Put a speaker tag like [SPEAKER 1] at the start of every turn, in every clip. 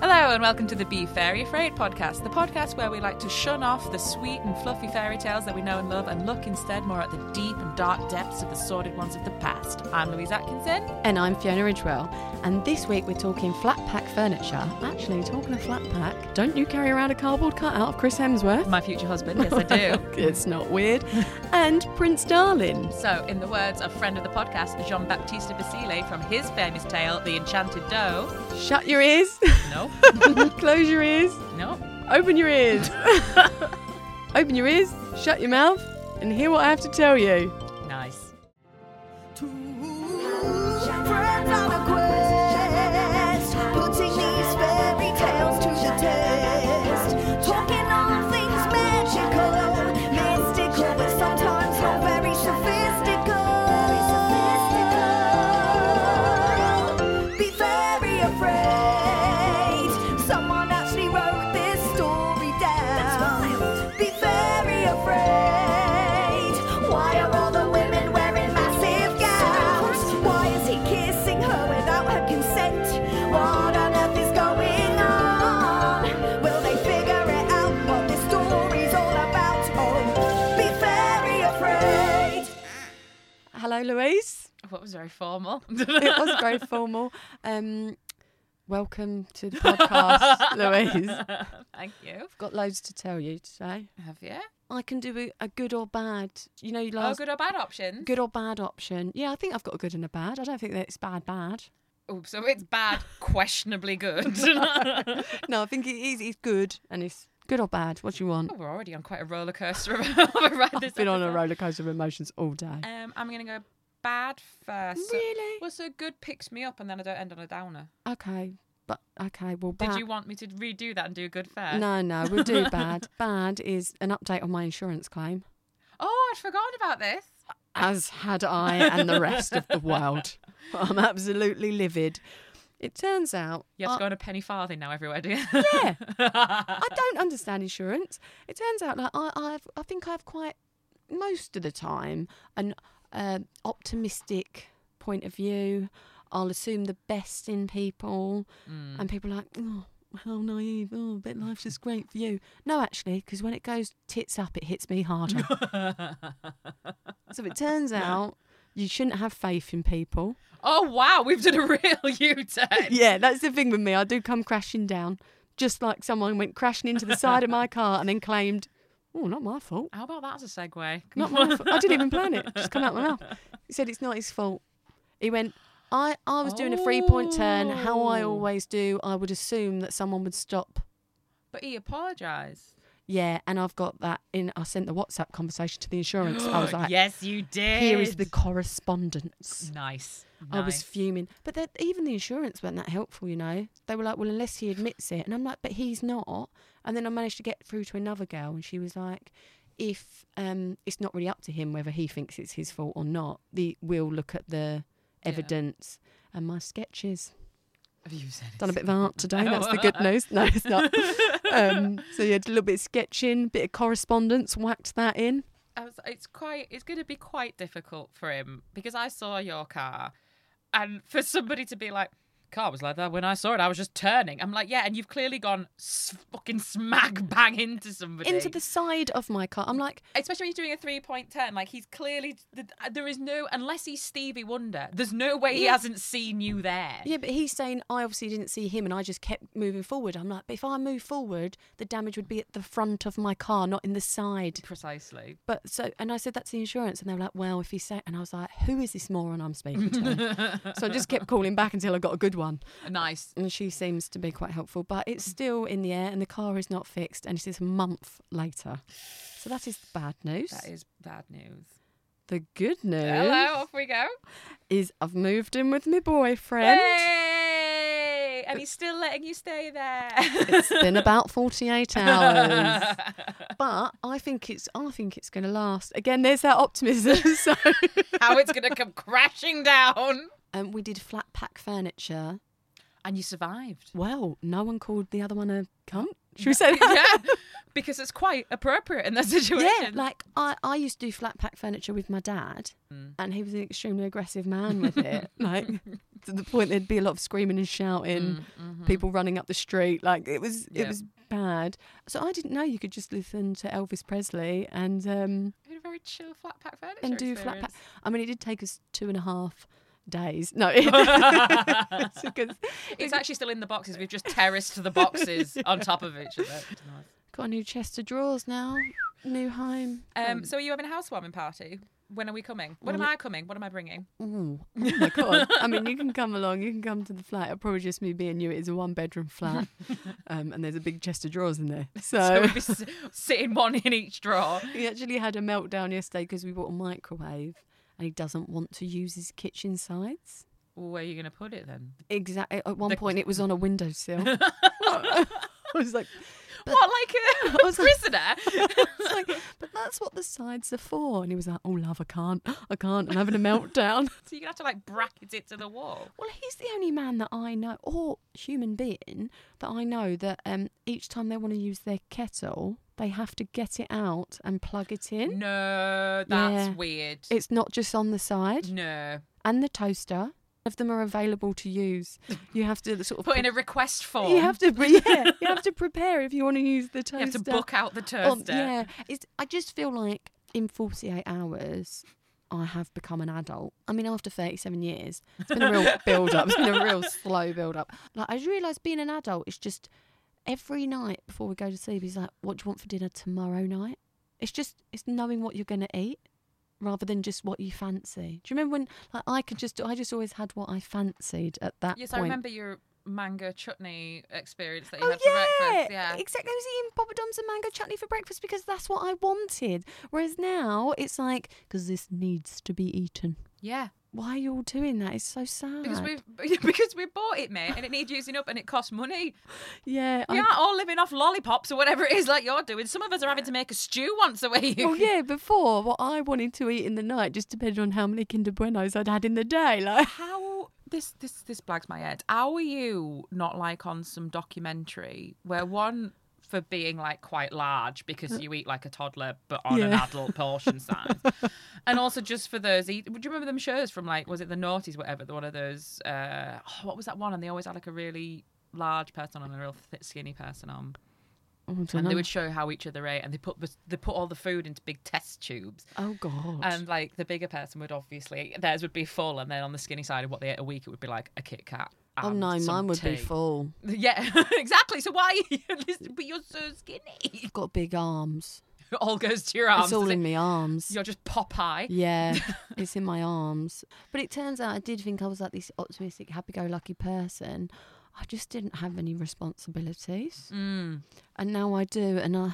[SPEAKER 1] and welcome to the Be Fairy Afraid podcast, the podcast where we like to shun off the sweet and fluffy fairy tales that we know and love and look instead more at the deep and dark depths of the sordid ones of the past. I'm Louise Atkinson.
[SPEAKER 2] And I'm Fiona Ridgewell. And this week we're talking flat pack furniture. Actually, talking of flat pack, don't you carry around a cardboard cutout of Chris Hemsworth?
[SPEAKER 1] My future husband, yes, I do.
[SPEAKER 2] it's not weird. and Prince Darling.
[SPEAKER 1] So, in the words of friend of the podcast, Jean Baptiste Basile from his famous tale, The Enchanted Doe.
[SPEAKER 2] Shut your ears.
[SPEAKER 1] No,
[SPEAKER 2] Close your ears.
[SPEAKER 1] no.
[SPEAKER 2] Open your ears. Open your ears. Shut your mouth. And hear what I have to tell you.
[SPEAKER 1] Nice.
[SPEAKER 3] Friend on a quest, putting these fairy tales to the test. Talking all things magical, mystical, but sometimes so very sophistical. Be very afraid. Someone actually wrote this story down. Be very afraid. Why are all the women wearing massive gowns? Why is he kissing her without her consent? What on earth is going on? Will they figure it out what this story's all about? Oh, be very afraid.
[SPEAKER 2] Hello, Louise.
[SPEAKER 1] What was very formal.
[SPEAKER 2] It was very formal. Um, welcome to the podcast, Louise.
[SPEAKER 1] Thank you.
[SPEAKER 2] Got loads to tell you today.
[SPEAKER 1] Have you?
[SPEAKER 2] I can do a, a good or bad. You know, you
[SPEAKER 1] Oh,
[SPEAKER 2] last
[SPEAKER 1] good or bad options?
[SPEAKER 2] good or bad option. Yeah, I think I've got a good and a bad. I don't think that it's bad, bad.
[SPEAKER 1] Oh, so it's bad, questionably good.
[SPEAKER 2] No, I think it is. It's good and it's good or bad. What do you want?
[SPEAKER 1] Oh, We're already on quite a roller coaster of of a ride this
[SPEAKER 2] I've been on a
[SPEAKER 1] episode.
[SPEAKER 2] roller coaster of emotions all day.
[SPEAKER 1] Um, I'm gonna go bad first. So-
[SPEAKER 2] Really?
[SPEAKER 1] well, so good picks me up, and then I don't end on a downer.
[SPEAKER 2] Okay, but okay, well,
[SPEAKER 1] Did
[SPEAKER 2] bad.
[SPEAKER 1] you want me to redo that and do good first?
[SPEAKER 2] no, no, we'll do bad. Bad is an update on my insurance claim,
[SPEAKER 1] Oh, I'd forgotten about this. Ah.
[SPEAKER 2] as had I and the rest of the world. I'm absolutely livid. It turns out
[SPEAKER 1] You have
[SPEAKER 2] I-
[SPEAKER 1] to go on a penny farthing now everywhere, do you?
[SPEAKER 2] Yeah.
[SPEAKER 1] Uh, Yeah.
[SPEAKER 2] I don't understand insurance. It turns out like I, I've, I think I have quite most of the time an um optimistic point of view. I'll assume the best in people, and people are like, oh, how naive. Oh, I bet life's just great for you. No, actually, because when it goes tits up, it hits me harder. so it turns out you shouldn't have faith in people.
[SPEAKER 1] oh wow, we've done a real U-turn.
[SPEAKER 2] Yeah, that's the thing with me. I do come crashing down, just like someone went crashing into the side of my car and then claimed, "Oh, not my fault.
[SPEAKER 1] How about that as a segue?
[SPEAKER 2] Not my fault. I didn't even plan it. Just come out my mouth." He said it's not his fault. He went, "I I was doing a three point turn. How I
[SPEAKER 1] Oh.
[SPEAKER 2] always do. I would assume that someone would stop."
[SPEAKER 1] But he apologised.
[SPEAKER 2] Yeah, and I've got that in. I sent the WhatsApp conversation to the insurance.
[SPEAKER 1] Oh,
[SPEAKER 2] I was like,
[SPEAKER 1] yes, you did.
[SPEAKER 2] "Here is the correspondence."
[SPEAKER 1] nice.
[SPEAKER 2] I was
[SPEAKER 1] nice.
[SPEAKER 2] fuming. But that, even the insurance weren't that helpful, you know. They were like, well, unless he admits it. And I'm like, but he's not. And then I managed to get through to another girl, and she was like, if um, it's not really up to him whether he thinks it's his fault or not, the, we'll look at the evidence and my sketches.
[SPEAKER 1] Have you said it?
[SPEAKER 2] Done a bit of art today. That's the good news. No, it's not. Um, so yeah, did a little bit of sketching, bit of correspondence, whacked that in.
[SPEAKER 1] I was, it's quite it's going to be quite difficult for him because I saw your car, and for somebody to be like, car was like that when I saw it, I was just turning. I'm like, yeah, and you've clearly gone s- fucking smack bang into somebody.
[SPEAKER 2] Into the side of my car. I'm like,
[SPEAKER 1] Especially when he's doing a three point turn, like he's clearly th- there is no unless he's Stevie Wonder, there's no way he
[SPEAKER 2] Yeah.
[SPEAKER 1] hasn't seen you there.
[SPEAKER 2] Yeah, but he's saying I obviously didn't see him and I just kept moving forward. I'm like, but if I move forward, the damage would be at the front of my car, not in the side.
[SPEAKER 1] Precisely.
[SPEAKER 2] But so, and I said, that's the insurance. And they were like, well, if he said, and I was like, who is this moron I'm speaking to? so I just kept calling back until I got a good one.
[SPEAKER 1] Nice.
[SPEAKER 2] And she seems to be quite helpful, but it's still in the air and the car is not fixed. And it is a month later. So that is the bad news.
[SPEAKER 1] That is bad news.
[SPEAKER 2] the good news
[SPEAKER 1] Hello, off we go.
[SPEAKER 2] is I've moved in with my boyfriend.
[SPEAKER 1] Hey! And he's still letting you stay there.
[SPEAKER 2] It's been about 48 hours. but I think it's I think it's going to last. Again, there's that optimism. so,
[SPEAKER 1] how it's going to come crashing down.
[SPEAKER 2] um, we did flat pack furniture.
[SPEAKER 1] And you survived.
[SPEAKER 2] Well, no one called the other one a cunt. Should we say that?
[SPEAKER 1] yeah, because it's quite appropriate in that situation.
[SPEAKER 2] Yeah, like I, I used to Mm. do flat pack furniture with my dad, and he was an extremely aggressive man with it. like to the point there'd be a lot of screaming and shouting, people running up the street. Like it was,
[SPEAKER 1] Yeah.
[SPEAKER 2] it was bad. So I didn't know you could just listen to Elvis Presley and um,
[SPEAKER 1] We had a very chill flat pack furniture.
[SPEAKER 2] and do flat pack.
[SPEAKER 1] experience.
[SPEAKER 2] I mean, it did take us two and a half days. No, it's because
[SPEAKER 1] It's actually still in the boxes. We've just terraced the boxes on top of each other.
[SPEAKER 2] got a new chest of drawers now, new home.
[SPEAKER 1] Um, so are you having a housewarming party? When are we coming? When am I coming? What am I bringing?
[SPEAKER 2] Ooh, oh my god! I mean, you can come along. You can come to the flat. It'll probably just me being you. It is a one-bedroom flat, um, and there's a big chest of drawers in there.
[SPEAKER 1] So
[SPEAKER 2] So
[SPEAKER 1] we'll be s- sitting one in each drawer.
[SPEAKER 2] he actually had a meltdown yesterday because we bought a microwave, and he doesn't want to use his kitchen sides.
[SPEAKER 1] Where are you going to put it then?
[SPEAKER 2] Exactly. At one
[SPEAKER 1] The-
[SPEAKER 2] point, it was on a windowsill. I was like,
[SPEAKER 1] what, like a
[SPEAKER 2] I was like-
[SPEAKER 1] prisoner?
[SPEAKER 2] It's like, but that's what the sides are for. And he was like, oh, love, I can't. I can't. I'm having a meltdown.
[SPEAKER 1] so you're going to have to like bracket it to the wall.
[SPEAKER 2] well, he's the only man that I know, or human being, that I know that um, each time they want to use their kettle, they have to get it out and plug it in.
[SPEAKER 1] No, that's
[SPEAKER 2] Yeah.
[SPEAKER 1] weird.
[SPEAKER 2] It's not just on the
[SPEAKER 1] Mm.
[SPEAKER 2] side.
[SPEAKER 1] no.
[SPEAKER 2] And the toaster. None Of them are available to use. You have to sort of
[SPEAKER 1] Put in a request form.
[SPEAKER 2] You have to, pre- yeah, you have to prepare if you want to use the toaster.
[SPEAKER 1] You have to book out the toaster.
[SPEAKER 2] Oh, yeah, it's, I just feel like in 48 hours, I have become an adult. I mean, after 37 years, it's been a real build up. It's been a real slow build up. Like, I just realised being an adult is just every night before we go to sleep, he's like, What do you want for dinner tomorrow night? It's just, it's knowing what you're going to eat rather than just what you fancy. Do you remember when like, I could just, I just always had what I fancied at that
[SPEAKER 1] Yes,
[SPEAKER 2] point?
[SPEAKER 1] I remember your mango chutney experience that you
[SPEAKER 2] Oh
[SPEAKER 1] had for
[SPEAKER 2] yeah,
[SPEAKER 1] breakfast. Yeah.
[SPEAKER 2] exactly. I was eating Papa Dom's and mango chutney for breakfast because that's what I wanted. Whereas now it's like because this needs to be eaten.
[SPEAKER 1] Yeah.
[SPEAKER 2] Why are you all doing that? It's so sad.
[SPEAKER 1] Because we because we bought it, mate, and it needs using up, and it costs money.
[SPEAKER 2] yeah,
[SPEAKER 1] We
[SPEAKER 2] I-
[SPEAKER 1] aren't all living off lollipops or whatever it is like you're doing. Some of us are having to make a stew once a week.
[SPEAKER 2] Well, Oh, yeah. Before what I wanted to eat in the night just depended on how many Kinder Buenos I'd had in the day. Like
[SPEAKER 1] How this this this blags my head. How are you not like on some documentary where one for being like quite large because you eat like a toddler but on an
[SPEAKER 2] Uh. Yeah.
[SPEAKER 1] adult portion size, and also just for those. Eat, would you remember them shows from like was it the Naughties whatever? The one of those. Uh, oh, what was that one? And they always had like a really large person on and a real th- skinny person on
[SPEAKER 2] oh, I
[SPEAKER 1] and
[SPEAKER 2] dunno.
[SPEAKER 1] they would show how each other ate and they put the- they put all the food into big test tubes
[SPEAKER 2] oh god.
[SPEAKER 1] and like the bigger person would obviously theirs would be full, and then on the skinny side of what they ate a week, it would be like a Kit Kat.
[SPEAKER 2] oh
[SPEAKER 1] and
[SPEAKER 2] no,
[SPEAKER 1] um, some
[SPEAKER 2] mine would
[SPEAKER 1] tea.
[SPEAKER 2] be full.
[SPEAKER 1] Yeah, exactly. So why? Are you listening? but you're so skinny.
[SPEAKER 2] I've got big arms.
[SPEAKER 1] It all goes to your arms.
[SPEAKER 2] it's all
[SPEAKER 1] does
[SPEAKER 2] in
[SPEAKER 1] it?
[SPEAKER 2] my arms.
[SPEAKER 1] You're just Popeye.
[SPEAKER 2] Yeah, it's in my arms. But it turns out I did think I was like this optimistic, happy go lucky person. I just didn't have any responsibilities.
[SPEAKER 1] Mm.
[SPEAKER 2] And now I do. And I,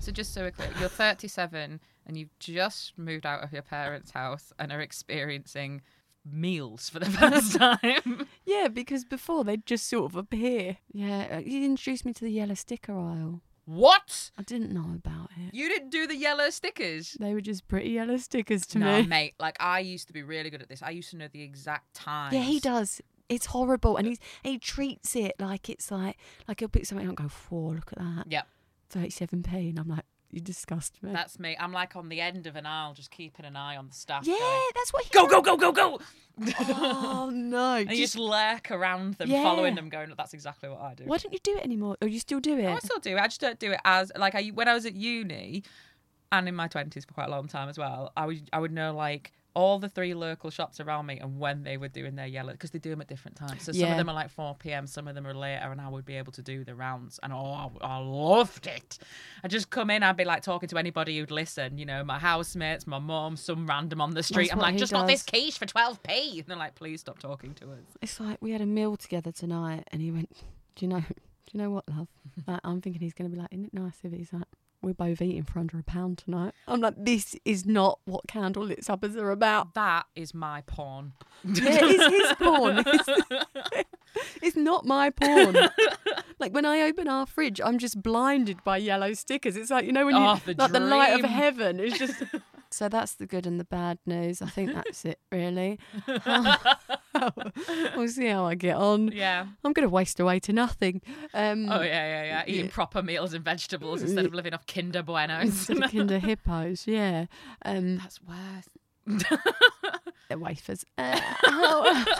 [SPEAKER 1] So just so we're clear, you're 37 and you've just moved out of your parents' house and are experiencing meals for the first time.
[SPEAKER 2] yeah, because before they'd just sort of appear. Yeah, uh, he introduced me to the yellow sticker aisle.
[SPEAKER 1] what?
[SPEAKER 2] I didn't know about it.
[SPEAKER 1] You didn't do the yellow stickers?
[SPEAKER 2] They were just pretty yellow stickers to
[SPEAKER 1] Nah,
[SPEAKER 2] me.
[SPEAKER 1] mate. Like I used to be really good at this. I used to know the exact time.
[SPEAKER 2] Yeah, he does. It's horrible, and he's he treats it like it's like like he'll pick something out and go four. Look at that,
[SPEAKER 1] Yep,
[SPEAKER 2] thirty-seven p, and I'm like, you disgust me.
[SPEAKER 1] that's me. I'm like on the end of an aisle, just keeping an eye on the staff.
[SPEAKER 2] yeah,
[SPEAKER 1] going,
[SPEAKER 2] that's what he
[SPEAKER 1] Go, go, go, go, go!
[SPEAKER 2] oh no!
[SPEAKER 1] And you
[SPEAKER 2] Just-
[SPEAKER 1] just lurk around them, following
[SPEAKER 2] Yeah.
[SPEAKER 1] them, going, "That's exactly what I do."
[SPEAKER 2] why don't you do it anymore? Or you still do
[SPEAKER 1] Oh, I
[SPEAKER 2] it?
[SPEAKER 1] still do. it. I just don't do it as like I when I was at uni, and in my twenties for quite a long time as well. I would I would know like all the three local shops around me and when they were doing their yellow because they do them at different times. So some
[SPEAKER 2] Yeah.
[SPEAKER 1] of them are like four p.m., some of them are later, and I would be able to do the rounds. And oh, I, I loved it. I just come in, I'd be like talking to anybody who'd listen. You know, my housemates, my mum, some random on the street.
[SPEAKER 2] That's
[SPEAKER 1] I'm
[SPEAKER 2] what
[SPEAKER 1] like,
[SPEAKER 2] he
[SPEAKER 1] just got this
[SPEAKER 2] does.
[SPEAKER 1] quiche for twelve p. And they're like, please stop talking to us.
[SPEAKER 2] It's like we had a meal together tonight, and he went, "Do you know? Do you know what, love?" Like, I'm thinking he's going to be like, "Isn't it nice if he's like." We're both eating for under a pound tonight. I'm like, this is not what candlelit suppers are about.
[SPEAKER 1] That is my porn.
[SPEAKER 2] Yeah, it's his porn. It's, it's not my porn. like when I open our fridge, I'm just blinded by yellow stickers. It's like you know when you
[SPEAKER 1] Oh, the
[SPEAKER 2] like the light of
[SPEAKER 1] dream.
[SPEAKER 2] heaven is just. so that's the good and the bad news. I think that's it, really. we'll see how I get on.
[SPEAKER 1] Yeah.
[SPEAKER 2] I'm going to waste away to nothing. Um,
[SPEAKER 1] Oh yeah, yeah, yeah. Eating proper meals and vegetables instead of living off Kinder Buenos.
[SPEAKER 2] Instead of Kinder Hippos, yeah. Um,
[SPEAKER 1] That's worse.
[SPEAKER 2] they're wafers. Uh, how-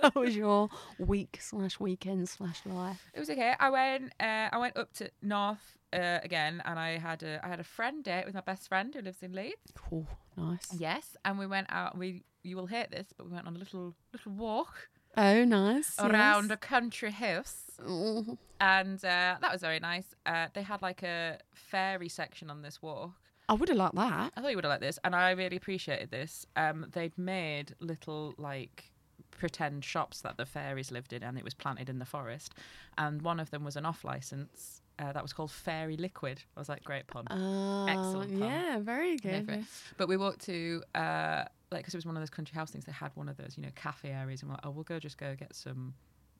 [SPEAKER 2] How was your week slash weekend slash life?
[SPEAKER 1] It was okay. I went. Uh, I went up to North uh, again, and I had a I had a friend date with my best friend who lives in Leeds.
[SPEAKER 2] Oh, nice.
[SPEAKER 1] Yes, and we went out. We you will hate this, but we went on a little little walk
[SPEAKER 2] Oh, nice.
[SPEAKER 1] around a
[SPEAKER 2] yes.
[SPEAKER 1] country house,
[SPEAKER 2] Mm.
[SPEAKER 1] and uh, that was very nice. Uh, they had like a fairy section on this walk.
[SPEAKER 2] I would have liked that.
[SPEAKER 1] I thought you would have liked this, and I really appreciated this. Um, they'd made little like pretend shops that the fairies lived in, and it was planted in the forest. And one of them was an off license uh, that was called Fairy Liquid. I was like, great pun.
[SPEAKER 2] Uh,
[SPEAKER 1] Excellent pun.
[SPEAKER 2] Yeah, very
[SPEAKER 1] Go
[SPEAKER 2] good.
[SPEAKER 1] for it. But we walked to uh, like because it was one of those country house things. They had one of those you know cafe areas, and we're like, oh, we'll go just go get some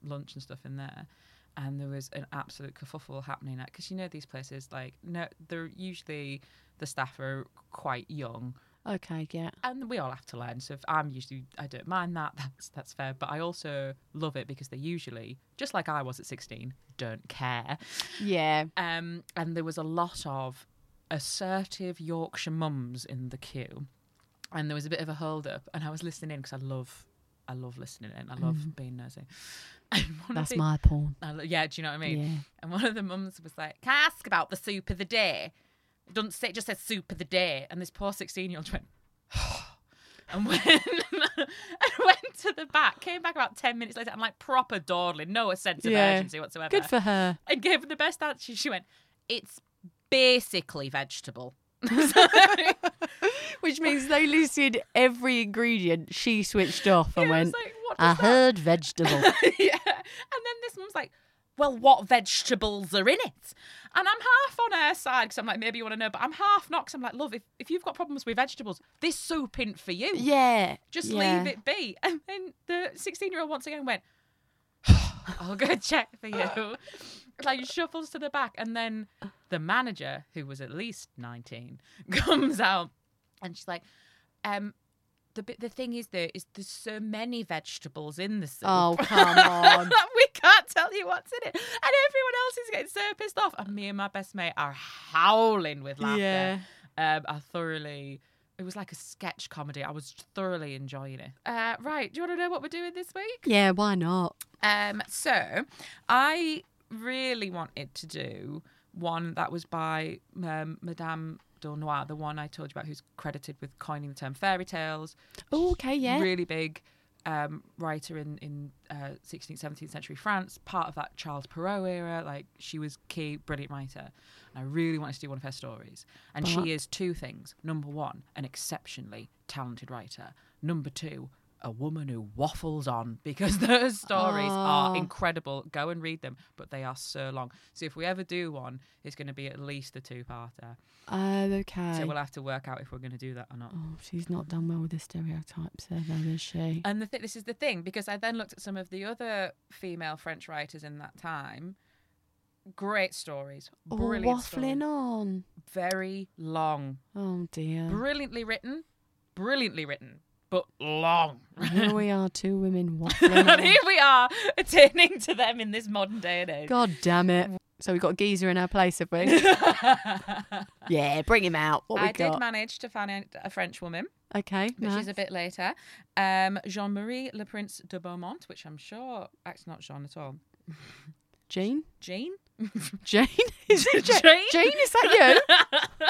[SPEAKER 1] lunch and stuff in there. And there was an absolute kerfuffle happening at because you know these places like no, they're usually the staff are quite young
[SPEAKER 2] yeah. Okay, yeah.
[SPEAKER 1] and we all have to learn. So if I'm usually I don't mind that. That's that's fair. But I also love it because they usually, just like I was at 16, don't care.
[SPEAKER 2] Yeah.
[SPEAKER 1] Um, and there was a lot of assertive Yorkshire mums in the queue, and there was a bit of a hold up. And I was listening in because I love. I love listening in. I love being nosy. And one of
[SPEAKER 2] That's
[SPEAKER 1] the-
[SPEAKER 2] my porn.
[SPEAKER 1] I lo- yeah, do you know what I mean?
[SPEAKER 2] Yeah.
[SPEAKER 1] And one of the mums was like, "Can I ask about the soup of the day?" It doesn't say, it just says soup of the day. And this poor sixteen-year-old went, and went and went to the back. Came back about ten minutes later. I'm like proper dawdling, no sense of
[SPEAKER 2] Yeah.
[SPEAKER 1] urgency whatsoever.
[SPEAKER 2] Good for her.
[SPEAKER 1] and gave her the best answer. She went, "It's basically vegetable." I
[SPEAKER 2] Which means they listed every ingredient. She switched off and
[SPEAKER 1] was
[SPEAKER 2] went,
[SPEAKER 1] like, "What
[SPEAKER 2] I
[SPEAKER 1] does that
[SPEAKER 2] heard vegetable.
[SPEAKER 1] yeah. And then this mum's like, well, what vegetables are in it? And I'm half on her side because I'm like, maybe you want to know, but I'm half not because I'm like, love, if, if you've got problems with vegetables, this soup ain't for you.
[SPEAKER 2] yeah.
[SPEAKER 1] Just
[SPEAKER 2] yeah.
[SPEAKER 1] leave it be. And then the 16 year old once again went, I'll go check for you. like shuffles to the back. And then the manager, who was at least 19, comes out and she's like, um, the, bit- the thing is, there is there's so many vegetables in the soup.
[SPEAKER 2] Oh, come on.
[SPEAKER 1] we can't tell you what's in it. And everyone else is getting so pissed off. And me and my best mate are howling with laughter.
[SPEAKER 2] Yeah.
[SPEAKER 1] Um, I thoroughly, it was like a sketch comedy. I was thoroughly enjoying it. Uh, right. Do you want to know what we're doing this week?
[SPEAKER 2] Yeah, why not?
[SPEAKER 1] Um, so I really wanted to do one that was by um, Madame Delnoir, the one I told you about who's credited with coining the term fairy tales
[SPEAKER 2] Oh, okay, yeah.
[SPEAKER 1] really big um, writer in in uh, 16th, 17th century France, part of that Charles Perrault era. Like she was key, brilliant writer. And I really wanted to do one of her stories. And
[SPEAKER 2] Uh-huh.
[SPEAKER 1] she is two things: number one, an exceptionally talented writer. Number two. A woman who waffles on because those stories are
[SPEAKER 2] Oh.
[SPEAKER 1] incredible. Go and read them, but they are so long. So if we ever do one, it's going to be at least a two-parter.
[SPEAKER 2] Oh, okay.
[SPEAKER 1] So we'll have to work out if we're going to do that or not.
[SPEAKER 2] Oh, she's not done well with the stereotypes there, though, is she?
[SPEAKER 1] And the th- this is the thing because I then looked at some of the other female French writers in that time. Great stories,
[SPEAKER 2] Oh,
[SPEAKER 1] brilliant
[SPEAKER 2] waffling
[SPEAKER 1] stories,
[SPEAKER 2] on.
[SPEAKER 1] very long,
[SPEAKER 2] Oh, dear.
[SPEAKER 1] brilliantly written, brilliantly written, but long.
[SPEAKER 2] And Here we are, two women
[SPEAKER 1] and
[SPEAKER 2] waffling
[SPEAKER 1] here we are attaining to them in this modern day and
[SPEAKER 2] on.
[SPEAKER 1] age.
[SPEAKER 2] God damn it. So we got Geezer in our place, have we? yeah, bring him out. What we
[SPEAKER 1] I
[SPEAKER 2] got?
[SPEAKER 1] did manage to find out a French woman,
[SPEAKER 2] okay,
[SPEAKER 1] which
[SPEAKER 2] nice.
[SPEAKER 1] is a bit later. Um, Jean Marie Le Prince de Beaumont, which I'm sure actually not Jean at all.
[SPEAKER 2] Jean?
[SPEAKER 1] Jean?
[SPEAKER 2] Jane? Is it Ja-
[SPEAKER 1] Jane?
[SPEAKER 2] Jane, is that you?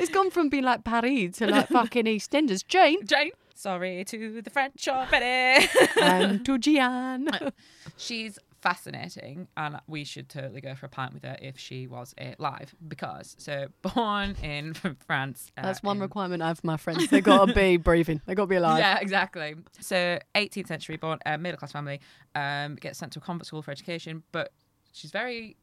[SPEAKER 2] it's gone from being like Paris to like fucking EastEnders. Jane
[SPEAKER 1] Jane. Sorry to the French already.
[SPEAKER 2] and to Gian.
[SPEAKER 1] Uh, She's fascinating, and we should totally go for a pint with her if she was uh, live. Because so born in France. uh,
[SPEAKER 2] That's one
[SPEAKER 1] in-
[SPEAKER 2] requirement I have for my friends. They've got to be breathing. They've got to be alive.
[SPEAKER 1] Yeah, exactly. So 18th century born, uh, middle class family, um, gets sent to a convent school for education, but she's very.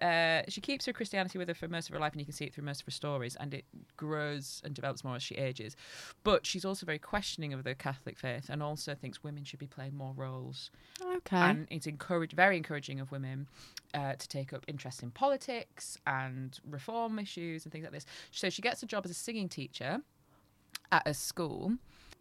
[SPEAKER 1] Uh, she keeps her Christianity with her for most of her life, and you can see it through most of her stories, and it grows and develops more as she ages. But she's also very questioning of the Catholic faith, and also thinks women should be playing more roles
[SPEAKER 2] Okay.
[SPEAKER 1] and it's encouraged very encouraging of women uh, to take up interest in politics and reform issues and things like this so she gets a job as a singing teacher at a school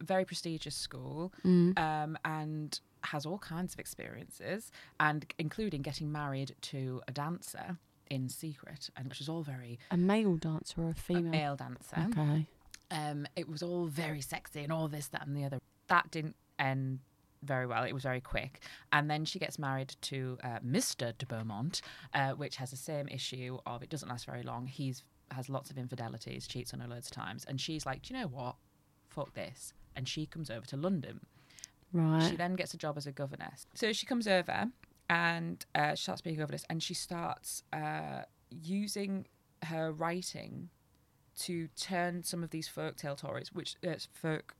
[SPEAKER 1] very prestigious school um, and has all kinds of experiences and including getting married to a dancer in secret and which is all very
[SPEAKER 2] a male dancer or a
[SPEAKER 1] a
[SPEAKER 2] female?
[SPEAKER 1] male dancer
[SPEAKER 2] Okay.
[SPEAKER 1] um, it was all very sexy and all this, that, and the other. That didn't end very well. It was very quick. And then she gets married to uh, Mr. de Beaumont, uh, which has the same issue of it doesn't last very long. He's has lots of infidelities, cheats on her loads of times. And she's like, do you know what? Fuck this. And she comes over to London. She
[SPEAKER 2] Right.
[SPEAKER 1] then gets a job as a governess. So she comes over and uh, she starts being a governess and she starts uh, using her writing to turn some of these folktale stories, which uh, folk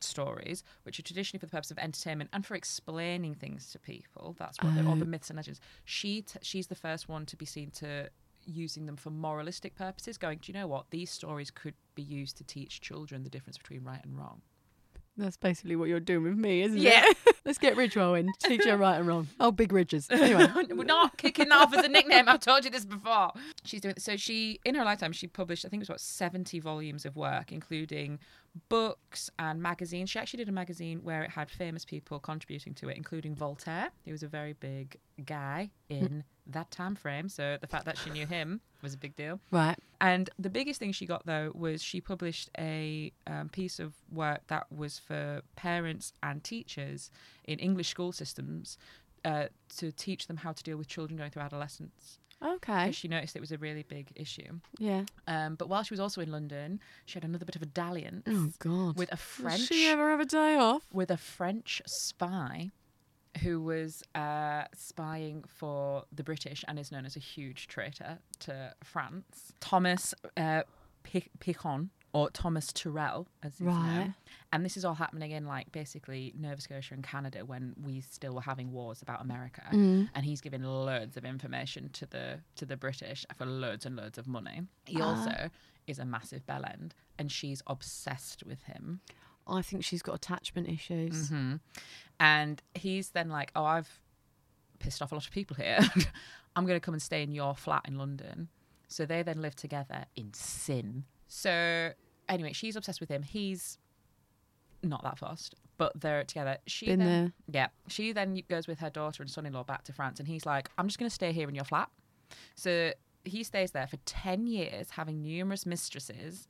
[SPEAKER 1] stories, which are traditionally for the purpose of entertainment and for explaining things to people. That's what they're all the myths and legends. She t- she's the first one to be seen to using them for moralistic purposes. Going, do you know what? These stories could be used to teach children the difference between right and wrong.
[SPEAKER 2] That's basically what you're doing with me, isn't
[SPEAKER 1] Yeah.
[SPEAKER 2] it? Let's get ridge rolling. Teach her right and wrong. Oh, big ridges. Anyway.
[SPEAKER 1] We're not kicking that off as a nickname. I've told you this before. She's doing so. She in her lifetime she published I think it was about seventy volumes of work, including books and magazines. She actually did a magazine where it had famous people contributing to it, including Voltaire, who was a very big guy in that time frame. So the fact that she knew him was a big deal.
[SPEAKER 2] Right.
[SPEAKER 1] And the biggest thing she got though was she published a um, piece of work that was for parents and teachers in English school systems uh, to teach them how to deal with children going through adolescence.
[SPEAKER 2] Okay.
[SPEAKER 1] 'Cause She noticed it was a really big issue.
[SPEAKER 2] Yeah.
[SPEAKER 1] Um, but while she was also in London, she had another bit of a dalliance
[SPEAKER 2] Oh, God.
[SPEAKER 1] with a
[SPEAKER 2] Does
[SPEAKER 1] French
[SPEAKER 2] she ever have a day off?
[SPEAKER 1] with a French spy who was uh, spying for the British and is known as a huge traitor to France. Thomas uh, Pi- Picon. Or Thomas Tyrrell, as he's
[SPEAKER 2] Right.
[SPEAKER 1] known. And this is all happening in, like, basically Nova Scotia and Canada when we still were having wars about America. And he's giving loads of information to the to the British for loads and loads of money. He also is a massive bell end, and she's obsessed with him.
[SPEAKER 2] I think she's got attachment issues.
[SPEAKER 1] Mm-hmm. And he's then like, Oh, I've pissed off a lot of people here. I'm going to come and stay in your flat in London. So they then live together in sin. So anyway, she's obsessed with him. He's not that fast, but they're together. She
[SPEAKER 2] Been
[SPEAKER 1] then, Yeah. She then goes with her daughter and son in law back to France. And he's like, I'm just going to stay here in your flat. So he stays there for 10 years, having numerous mistresses.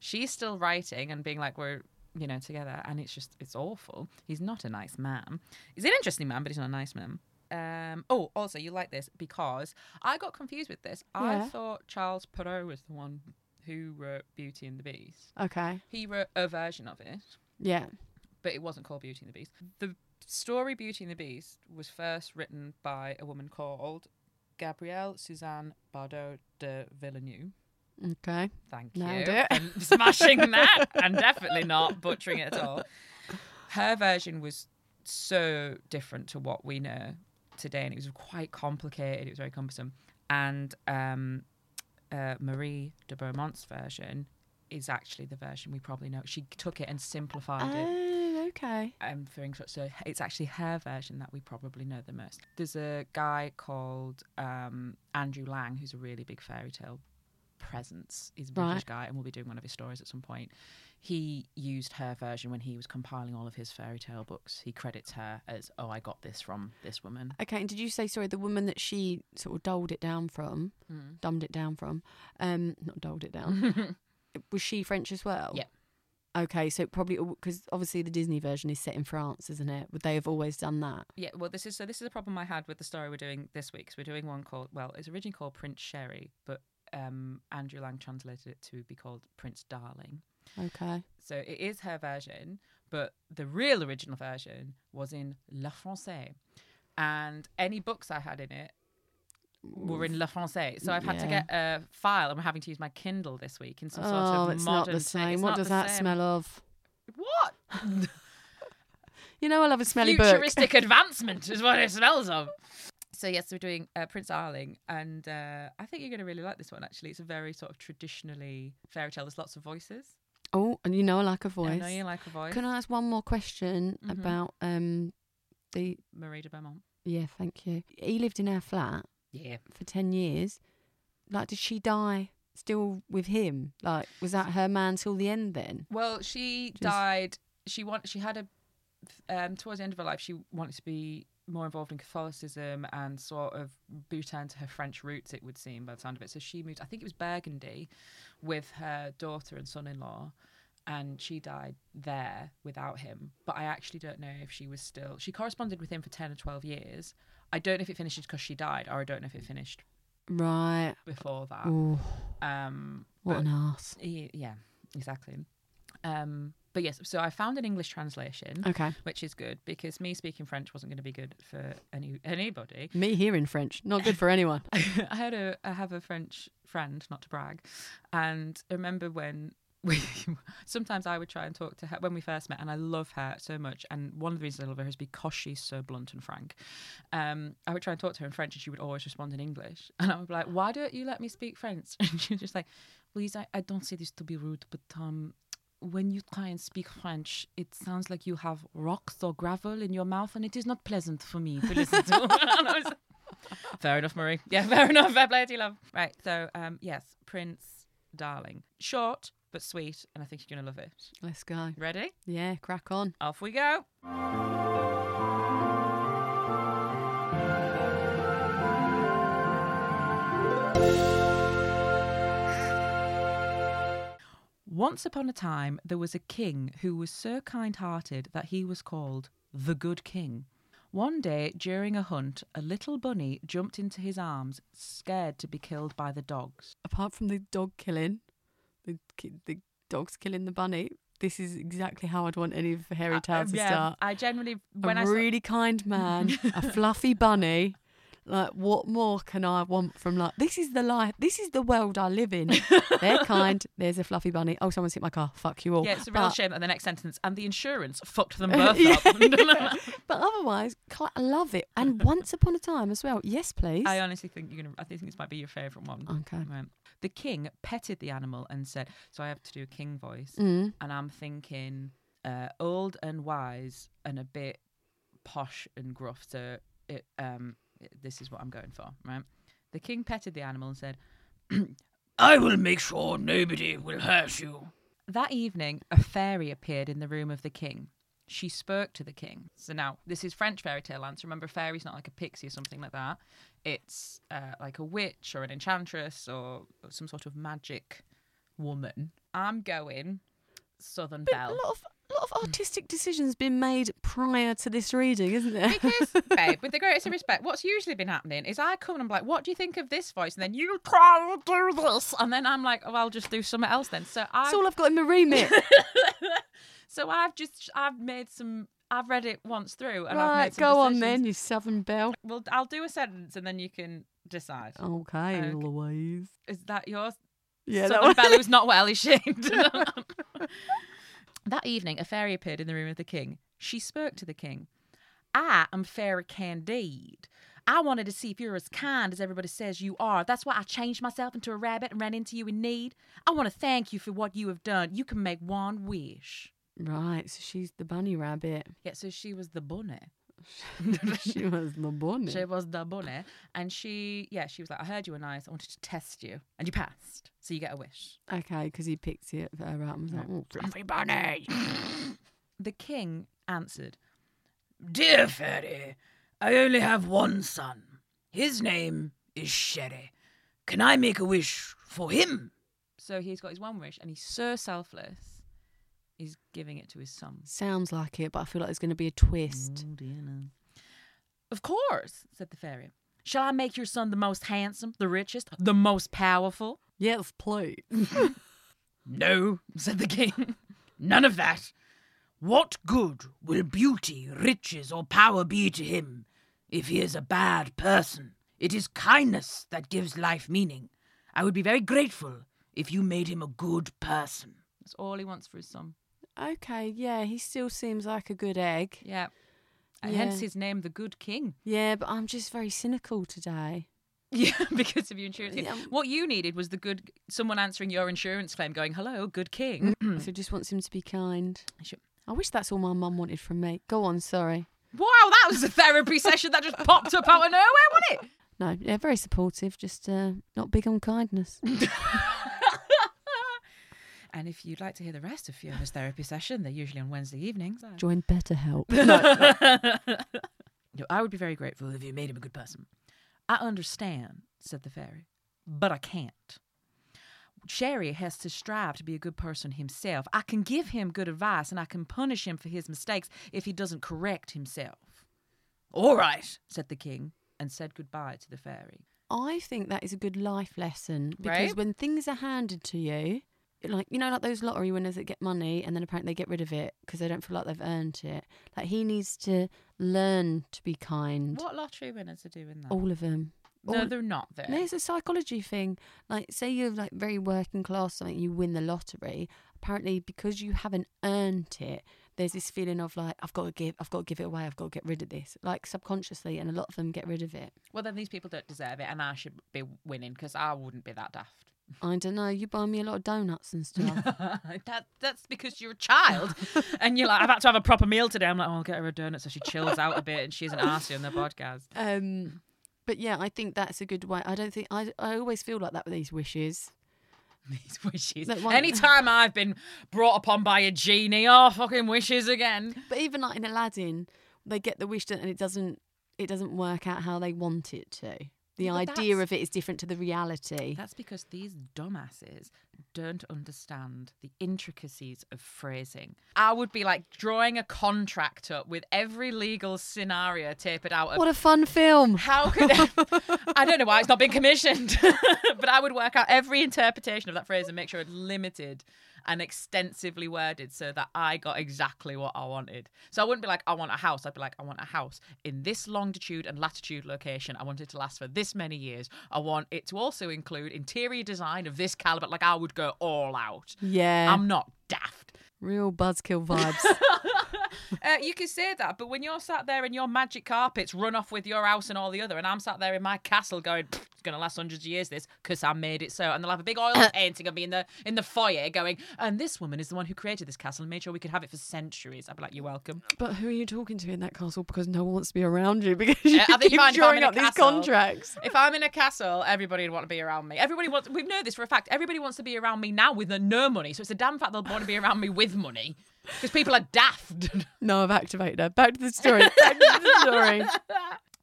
[SPEAKER 1] She's still writing and being like, we're, you know, together. And it's just, it's awful. He's not a nice man. He's an interesting man, but he's not a nice man. Um, oh, also, you like this because I got confused with this. I
[SPEAKER 2] Yeah.
[SPEAKER 1] thought Charles Perrault was the one who wrote Beauty and the Beast.
[SPEAKER 2] Okay.
[SPEAKER 1] He wrote a version of it
[SPEAKER 2] Yeah.
[SPEAKER 1] but it wasn't called Beauty and the Beast. The story Beauty and the Beast was first written by a woman called Gabrielle Suzanne Bardot de Villeneuve.
[SPEAKER 2] Okay.
[SPEAKER 1] Thank you.
[SPEAKER 2] Nailed it.
[SPEAKER 1] for smashing that and definitely not butchering it at all. Her version was so different to what we know today, and it was quite complicated. It was very cumbersome. And um, uh, Marie de Beaumont's version is actually the version we probably know. She took it and simplified it
[SPEAKER 2] Oh, okay.
[SPEAKER 1] um, for English. So it's actually her version that we probably know the most. There's a guy called um, Andrew Lang who's a really big fairy tale presence. He's a British
[SPEAKER 2] Right.
[SPEAKER 1] guy, and we'll be doing one of his stories at some point. He used her version when he was compiling all of his fairy tale books. He credits her as, "Oh, I got this from this woman."
[SPEAKER 2] Okay, and did you say sorry? The woman that she sort of doled it down from,
[SPEAKER 1] Mm.
[SPEAKER 2] dumbed it down from, um, not doled it down. was she French as well?
[SPEAKER 1] Yep.
[SPEAKER 2] Okay, so probably because obviously the Disney version is set in France, isn't it? Would they have always done that?
[SPEAKER 1] Yeah, well, this is so. This is a problem I had with the story we're doing this week. 'cause we're doing one called well, it's originally called Prince Sherry, but um, Andrew Lang translated it to be called Prince Darling.
[SPEAKER 2] Okay.
[SPEAKER 1] So it is her version, but the real original version was in La Française. And any books I had in it were in La Française. So I've had to
[SPEAKER 2] Yeah.
[SPEAKER 1] get a file and I'm having to use my Kindle this week in some sort
[SPEAKER 2] oh,
[SPEAKER 1] of
[SPEAKER 2] it's not
[SPEAKER 1] modern
[SPEAKER 2] the
[SPEAKER 1] thing.
[SPEAKER 2] same.
[SPEAKER 1] It's
[SPEAKER 2] what
[SPEAKER 1] not
[SPEAKER 2] does
[SPEAKER 1] the
[SPEAKER 2] that
[SPEAKER 1] same.
[SPEAKER 2] smell of?
[SPEAKER 1] What?
[SPEAKER 2] You know, I love a smelly book.
[SPEAKER 1] Futuristic advancement is what it smells of. So yes, we're doing uh, Prince Arling, and uh, I think you're going to really like this one. Actually, it's a very sort of traditionally fairy tale. There's lots of voices.
[SPEAKER 2] Oh, and you know, I like a
[SPEAKER 1] I
[SPEAKER 2] voice.
[SPEAKER 1] know you like a voice,
[SPEAKER 2] Can I ask one more question
[SPEAKER 1] Mhm.
[SPEAKER 2] about um the?
[SPEAKER 1] Marie de Beaumont.
[SPEAKER 2] Yeah, thank you. He lived in our flat.
[SPEAKER 1] Yeah,
[SPEAKER 2] for 10 years like did she die still with him like was that her man till the end then
[SPEAKER 1] Well, she
[SPEAKER 2] Just-
[SPEAKER 1] died. She want she had a um, towards the end of her life. She wanted to be more involved in Catholicism and sort of return to her French roots. It would seem by the sound of it. So she moved. I think it was Burgundy with her daughter and son-in-law. and she died there without him. But I actually don't know if she was still. She corresponded with him for 10 or 12 years. I don't know if it finished because she died, or I don't know if it finished
[SPEAKER 2] Right.
[SPEAKER 1] before that.
[SPEAKER 2] Ooh,
[SPEAKER 1] Um,
[SPEAKER 2] Oh, what
[SPEAKER 1] but-
[SPEAKER 2] an ass.
[SPEAKER 1] Y- yeah, exactly. Um, but yes, so I found an English translation,
[SPEAKER 2] Okay.
[SPEAKER 1] which is good because me speaking French wasn't going to be good for any anybody.
[SPEAKER 2] Me hearing French, not good for anyone.
[SPEAKER 1] I had a I have a French friend, not to brag, and I remember when we sometimes I would try and talk to her when we first met, and I love her so much. And one of the reasons I love her is because she's so blunt and frank. Um, I would try and talk to her in French, and she would always respond in English, and I would be like, "Why don't you let me speak French?" And she was just like, "Louise, I, I don't say this to be rude, but um." When you try and speak French, it sounds like you have rocks or gravel in your mouth, and it is not pleasant for me to listen to. And I was like, Fair enough, Marie. Yeah, fair enough. Fair play to you, love. Right. So, um, yes, Prince, darling. Short but sweet, and I think you're gonna love it.
[SPEAKER 2] Let's go.
[SPEAKER 1] Ready?
[SPEAKER 2] Yeah, crack on.
[SPEAKER 1] Off we go. Once upon a time, there was a king who was so kind hearted that he was called the Good King. One day, during a hunt, a little bunny jumped into his arms, scared to be killed by the dogs.
[SPEAKER 2] Apart from the dog killing, the ki- the dogs killing the bunny. This is exactly how I'd want any of Harry Tale to
[SPEAKER 1] Uh, yeah,
[SPEAKER 2] start.
[SPEAKER 1] I generally, when
[SPEAKER 2] a
[SPEAKER 1] I saw-
[SPEAKER 2] really kind man, a fluffy bunny. Like, what more can I want from life? This is the life. This is the world I live in. They're kind. There's a fluffy bunny. Oh, someone's hit my car. Fuck you all.
[SPEAKER 1] Yeah, it's a real
[SPEAKER 2] But-
[SPEAKER 1] shame that the next sentence and the insurance fucked them both
[SPEAKER 2] Yeah.
[SPEAKER 1] up.
[SPEAKER 2] But otherwise, cl- I love it. And once upon a time as well. Yes, please.
[SPEAKER 1] I uh, honestly think you're gonna. I think this might be your favourite one.
[SPEAKER 2] okay.
[SPEAKER 1] Right. The king petted the animal and said, "So I have to do a king voice,
[SPEAKER 2] Mm.
[SPEAKER 1] and I'm thinking uh, old and wise and a bit posh and gruff. So it, um, it- this is what I'm going for, right?" The king petted the animal and said, "I will make sure nobody will hurt you." That evening, a fairy appeared in the room of the king. She spoke to the king. So now, this is French fairy tale lands. Remember, a fairy's not like a pixie or something like that. It's uh, like a witch or an enchantress or some sort of magic woman. I'm going Southern
[SPEAKER 2] But a
[SPEAKER 1] Belle.
[SPEAKER 2] lot of a lot of artistic decisions been made prior to this reading, isn't there?
[SPEAKER 1] Because, babe, with the greatest respect, what's usually been happening is I come and I'm like, what do you think of this voice? And then you try and do this. And then I'm like, oh, I'll just do something else then. So I
[SPEAKER 2] That's all I've got in my remit.
[SPEAKER 1] So I've just I've made some I've read it once through and I've
[SPEAKER 2] right,
[SPEAKER 1] made some
[SPEAKER 2] go on
[SPEAKER 1] decisions.
[SPEAKER 2] then, you Southern Belle.
[SPEAKER 1] Well, I'll do a sentence and then you can decide.
[SPEAKER 2] Oh. Okay,
[SPEAKER 1] Okay.
[SPEAKER 2] Louise.
[SPEAKER 1] Is that yours?
[SPEAKER 2] Yeah,
[SPEAKER 1] Southern
[SPEAKER 2] that one.
[SPEAKER 1] Belle who's not well is shamed. that evening, a fairy appeared in the room of the king. She spoke to the king. I am Fairy Candide. I wanted to see if you're as kind as everybody says you are. That's why I changed myself into a rabbit and ran into you in need. I want to thank you for what you have done. You can make one wish.
[SPEAKER 2] Right, so she's the bunny rabbit.
[SPEAKER 1] Yeah, so she was the bunny.
[SPEAKER 2] she was the bunny.
[SPEAKER 1] She was the bunny, and she, yeah, she was like, "I heard you were nice. I wanted to test you, and you passed, so you get a wish."
[SPEAKER 2] Okay, because he picked it her up and was like, oh, fluffy.
[SPEAKER 1] The king answered, "Dear fairy, I only have one son. His name is Sherry. Can I make a wish for him?" So he's got his one wish, and he's so selfless. He's giving it to his son.
[SPEAKER 2] Sounds like it, but I feel like there's going to be a twist.
[SPEAKER 1] Mm. Of course," said the fairy. "Shall I make your son the most handsome, the richest, the most powerful?"
[SPEAKER 2] Yes, please.
[SPEAKER 1] No, said the king. None of that. What good will beauty, riches, or power be to him if he is a bad person? It is kindness that gives life meaning. I would be very grateful if you made him a good person. That's all he wants for his son.
[SPEAKER 2] Okay, yeah, he still seems like a good egg.
[SPEAKER 1] Yeah.
[SPEAKER 2] And hence
[SPEAKER 1] his name, the Good King.
[SPEAKER 2] Yeah, but I'm just very cynical today.
[SPEAKER 1] Yeah, because of your insurance.
[SPEAKER 2] Yeah.
[SPEAKER 1] claim. What you needed was the good someone answering your insurance claim, going, "Hello, Good King."
[SPEAKER 2] so just wants him to be kind.
[SPEAKER 1] Sure.
[SPEAKER 2] I wish that's all my mum wanted from me. Go on, sorry.
[SPEAKER 1] wow, that was a therapy session that just popped up out of nowhere, wasn't it?
[SPEAKER 2] No, yeah, very supportive, just uh, not big on kindness.
[SPEAKER 1] And if you'd like to hear the rest of Fiona's therapy session, they're usually on Wednesday evenings.
[SPEAKER 2] Join BetterHelp.
[SPEAKER 1] No, I would be very grateful if you made him a good person. I understand, said the fairy, but I can't.
[SPEAKER 4] Sherry has to strive to be a good person himself. I can give him good advice and I can punish him for his mistakes if he doesn't correct himself. All right, said the king, and said goodbye to the fairy.
[SPEAKER 2] I think that is a good life lesson because
[SPEAKER 1] Right?
[SPEAKER 2] when things are handed to you, like you know, like those lottery winners that get money and then apparently they get rid of it because they don't feel like they've earned it. Like he needs to learn to be kind.
[SPEAKER 1] What lottery winners are doing that?
[SPEAKER 2] All of them.
[SPEAKER 1] no,
[SPEAKER 2] all-
[SPEAKER 1] they're not there.
[SPEAKER 2] No, it's a psychology thing. Like, say you're like very working class, something you win the lottery. Apparently, because you haven't earned it, there's this feeling of like, I've got to give, I've got to give it away, I've got to get rid of this, like subconsciously, and a lot of them get rid of it.
[SPEAKER 1] Well, then these people don't deserve it, and I should be winning because I wouldn't be that daft.
[SPEAKER 2] I don't know. You buy me a lot of donuts and stuff.
[SPEAKER 1] that that's because you're a child, and you're like, I've had to have a proper meal today. I'm like, oh, I'll get her a donut so she chills out a bit and she isn't arsy on the podcast.
[SPEAKER 2] um, but yeah, I think that's a good way. I don't think I. I always feel like that with these wishes.
[SPEAKER 1] These wishes.
[SPEAKER 2] That one-
[SPEAKER 1] Anytime I've been brought upon by a genie, oh fucking wishes again.
[SPEAKER 2] But even like in Aladdin, they get the wish done and it doesn't. It doesn't work out how they want it to. The
[SPEAKER 1] Yeah, but
[SPEAKER 2] idea
[SPEAKER 1] that's-
[SPEAKER 2] of it is different to the reality.
[SPEAKER 1] That's because these dumbasses don't understand the intricacies of phrasing. I would be like drawing a contract up with every legal scenario tapered out of
[SPEAKER 2] What a fun film!
[SPEAKER 1] How could I don't know why it's not been commissioned, but I would work out every interpretation of that phrase and make sure it's limited and extensively worded so that I got exactly what I wanted. So I wouldn't be like, I want a house. I'd be like, I want a house in this longitude and latitude location. I want it to last for this many years. I want it to also include interior design of this caliber. Like I would go all out.
[SPEAKER 2] Yeah,
[SPEAKER 1] I'm not daft.
[SPEAKER 2] real buzzkill vibes.
[SPEAKER 1] Uh, you can say that, but when you're sat there and your magic carpets run off with your house and all the other, and I'm sat there in my castle going, "Pfft, it's going to last hundreds of years, this, because I made it so. And they'll have a big oil painting of me in the in the foyer going, and this woman is the one who created this castle and made sure we could have it for centuries. I'd be like, you're welcome.
[SPEAKER 2] but who are you talking to in that castle? Because no one wants to be around you because you
[SPEAKER 1] I think you
[SPEAKER 2] keep
[SPEAKER 1] find if I'm
[SPEAKER 2] drawing
[SPEAKER 1] in a
[SPEAKER 2] up these
[SPEAKER 1] castle-
[SPEAKER 2] contracts.
[SPEAKER 1] If I'm in a castle, everybody would want to be around me. Everybody wants, we know this for a fact, everybody wants to be around me now with the no money. So it's a damn fact they'll want to be around me with money because people are daft.
[SPEAKER 2] No, I've activated her. Back to the story. Back to the story.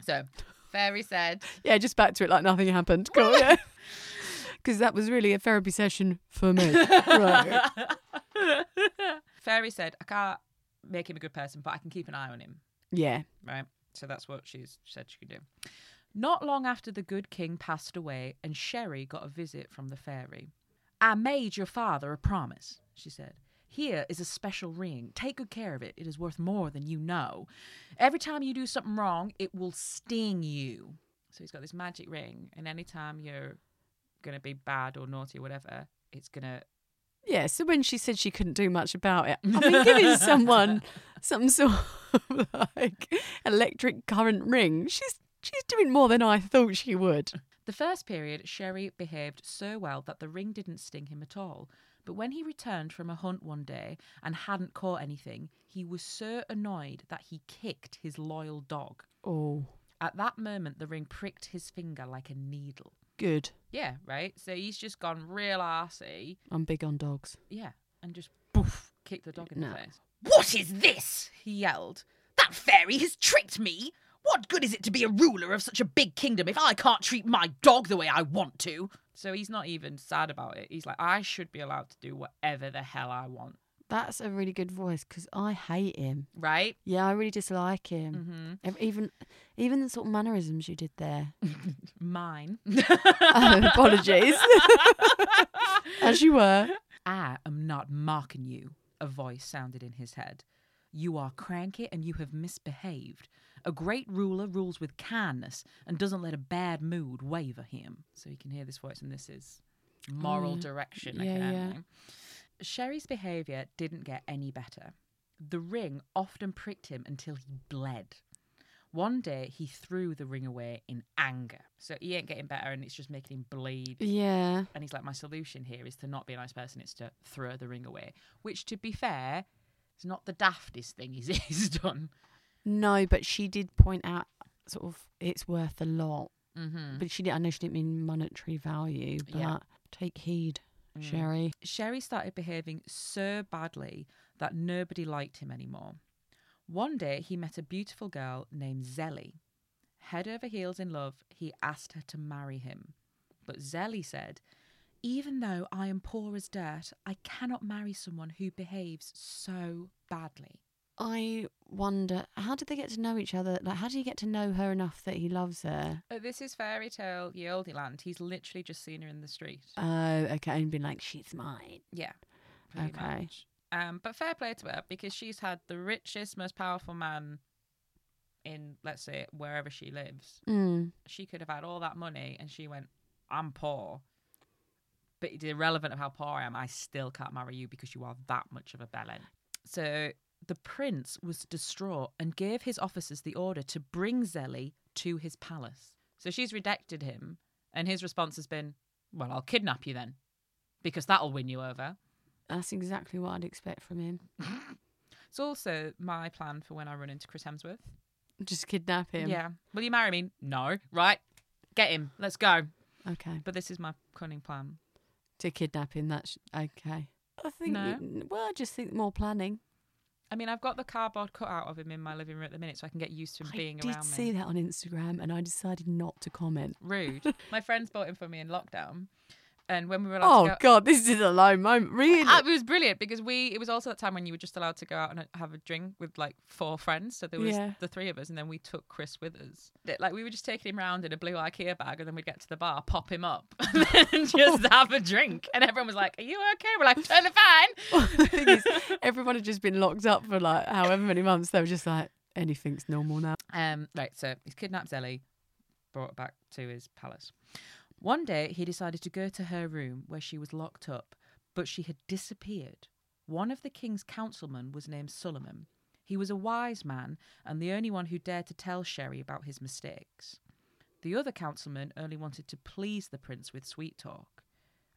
[SPEAKER 1] so, fairy said,
[SPEAKER 2] Yeah, just back to it like nothing happened. Cool. Yeah. Because that was really a therapy session for me. Right.
[SPEAKER 1] Fairy said, I can't make him a good person, but I can keep an eye on him.
[SPEAKER 2] Yeah.
[SPEAKER 1] Right. So that's what she's said she could do. Not long after the good king passed away, and Sherry got a visit from the fairy. I made your father a promise, she said. Here is a special ring. Take good care of it. It is worth more than you know. Every time you do something wrong, it will sting you. So he's got this magic ring, and anytime you're going to be bad or naughty or whatever, it's going to
[SPEAKER 2] Yeah, so when she said she couldn't do much about it, I mean, giving someone some sort of like electric current ring, she's she's doing more than I thought she would.
[SPEAKER 1] The first period, Sherry behaved so well that the ring didn't sting him at all. But when he returned from a hunt one day and hadn't caught anything, he was so annoyed that he kicked his loyal dog.
[SPEAKER 2] Oh,
[SPEAKER 1] At that moment, the ring pricked his finger like a needle.
[SPEAKER 2] good.
[SPEAKER 1] Yeah, right? So he's just gone real arsey.
[SPEAKER 2] I'm big on dogs.
[SPEAKER 1] Yeah, and just poof, kicked the dog in
[SPEAKER 2] No.
[SPEAKER 1] the face. What is this? He yelled. That fairy has tricked me. What good is it to be a ruler of such a big kingdom if I can't treat my dog the way I want to? So he's not even sad about it. He's like, I should be allowed to do whatever the hell I want,
[SPEAKER 2] That's a really good voice because I hate him.
[SPEAKER 1] right?
[SPEAKER 2] Yeah, I really dislike him.
[SPEAKER 1] Mm-hmm.
[SPEAKER 2] Ev- Even even the sort of mannerisms you did there.
[SPEAKER 1] Mine.
[SPEAKER 2] Oh, apologies. As you were.
[SPEAKER 1] I am not mocking you, a voice sounded in his head. You are cranky and you have misbehaved. A great ruler rules with kindness and doesn't let a bad mood waver him. So you can hear this voice, and this is moral
[SPEAKER 2] Oh, yeah.
[SPEAKER 1] direction.
[SPEAKER 2] Yeah,
[SPEAKER 1] apparently. Sherry's behaviour didn't get any better. The ring often pricked him until he bled. One day he threw the ring away in anger. So he ain't getting better and it's just making him bleed.
[SPEAKER 2] Yeah.
[SPEAKER 1] And he's like, my solution here is to not be a nice person, it's to throw the ring away. Which, to be fair, is not the daftest thing he's, he's done.
[SPEAKER 2] No, but she did point out sort of it's worth a lot.
[SPEAKER 1] Mm-hmm.
[SPEAKER 2] But she did, I know she didn't mean monetary value, but
[SPEAKER 1] Yeah.
[SPEAKER 2] take heed, Sherry.
[SPEAKER 1] Sherry started behaving so badly that nobody liked him anymore. One day, he met a beautiful girl named Zelly. Head over heels in love, he asked her to marry him. But Zelly said, Even though I am poor as dirt, I cannot marry someone who behaves so badly.
[SPEAKER 2] I wonder how did they get to know each other? Like, how do you get to know her enough that he loves her?
[SPEAKER 1] Oh, this is fairy tale ye olde land. He's literally just seen her in the street.
[SPEAKER 2] Oh, okay, and been like, she's mine.
[SPEAKER 1] Yeah. pretty
[SPEAKER 2] Okay.
[SPEAKER 1] much. Um, but fair play to her because she's had the richest, most powerful man in, let's say, wherever she lives.
[SPEAKER 2] Mm.
[SPEAKER 1] She could have had all that money and she went, I'm poor. But it's irrelevant of how poor I am, I still can't marry you because you are that much of a bellend. So the prince was distraught and gave his officers the order to bring Zelly to his palace. So she's rejected him, and his response has been, Well, I'll kidnap you then, because that'll win you over.
[SPEAKER 2] That's exactly what I'd expect from him.
[SPEAKER 1] It's also my plan for when I run into Chris Hemsworth.
[SPEAKER 2] Just kidnap him.
[SPEAKER 1] Yeah. Will you marry me? No. Right. Get him. Let's go.
[SPEAKER 2] Okay.
[SPEAKER 1] But this is my cunning plan.
[SPEAKER 2] To kidnap him, that's okay. I think.
[SPEAKER 1] No.
[SPEAKER 2] you- well, I just think more planning.
[SPEAKER 1] I mean, I've got the cardboard cutout of him in my living room at the minute, so I can get used to him being
[SPEAKER 2] I did
[SPEAKER 1] around
[SPEAKER 2] see
[SPEAKER 1] me.
[SPEAKER 2] that on Instagram, and I decided not to comment.
[SPEAKER 1] Rude. my friends bought him for me in lockdown, and when we were allowed
[SPEAKER 2] Oh
[SPEAKER 1] to go,
[SPEAKER 2] God, this is a low moment. Really?
[SPEAKER 1] Ah, it was brilliant because we. It was also that time when you were just allowed to go out and have a drink with like four friends. So there was
[SPEAKER 2] Yeah.
[SPEAKER 1] the three of us, and then we took Chris with us. That- Like we were just taking him round in a blue IKEA bag, and then we'd get to the bar, pop him up, and then just have a drink. And everyone was like, "Are you okay?" We're like, "Totally fine."
[SPEAKER 2] the thing is, everyone had just been locked up for like however many months. They were just like, anything's normal now.
[SPEAKER 1] Um, right. So he's kidnapped Ellie, brought her back to his palace. One day he decided to go to her room where she was locked up, but she had disappeared. One of the king's councilmen was named Suleiman. He was a wise man and the only one who dared to tell Sherry about his mistakes. The other councilman only wanted to please the prince with sweet talk,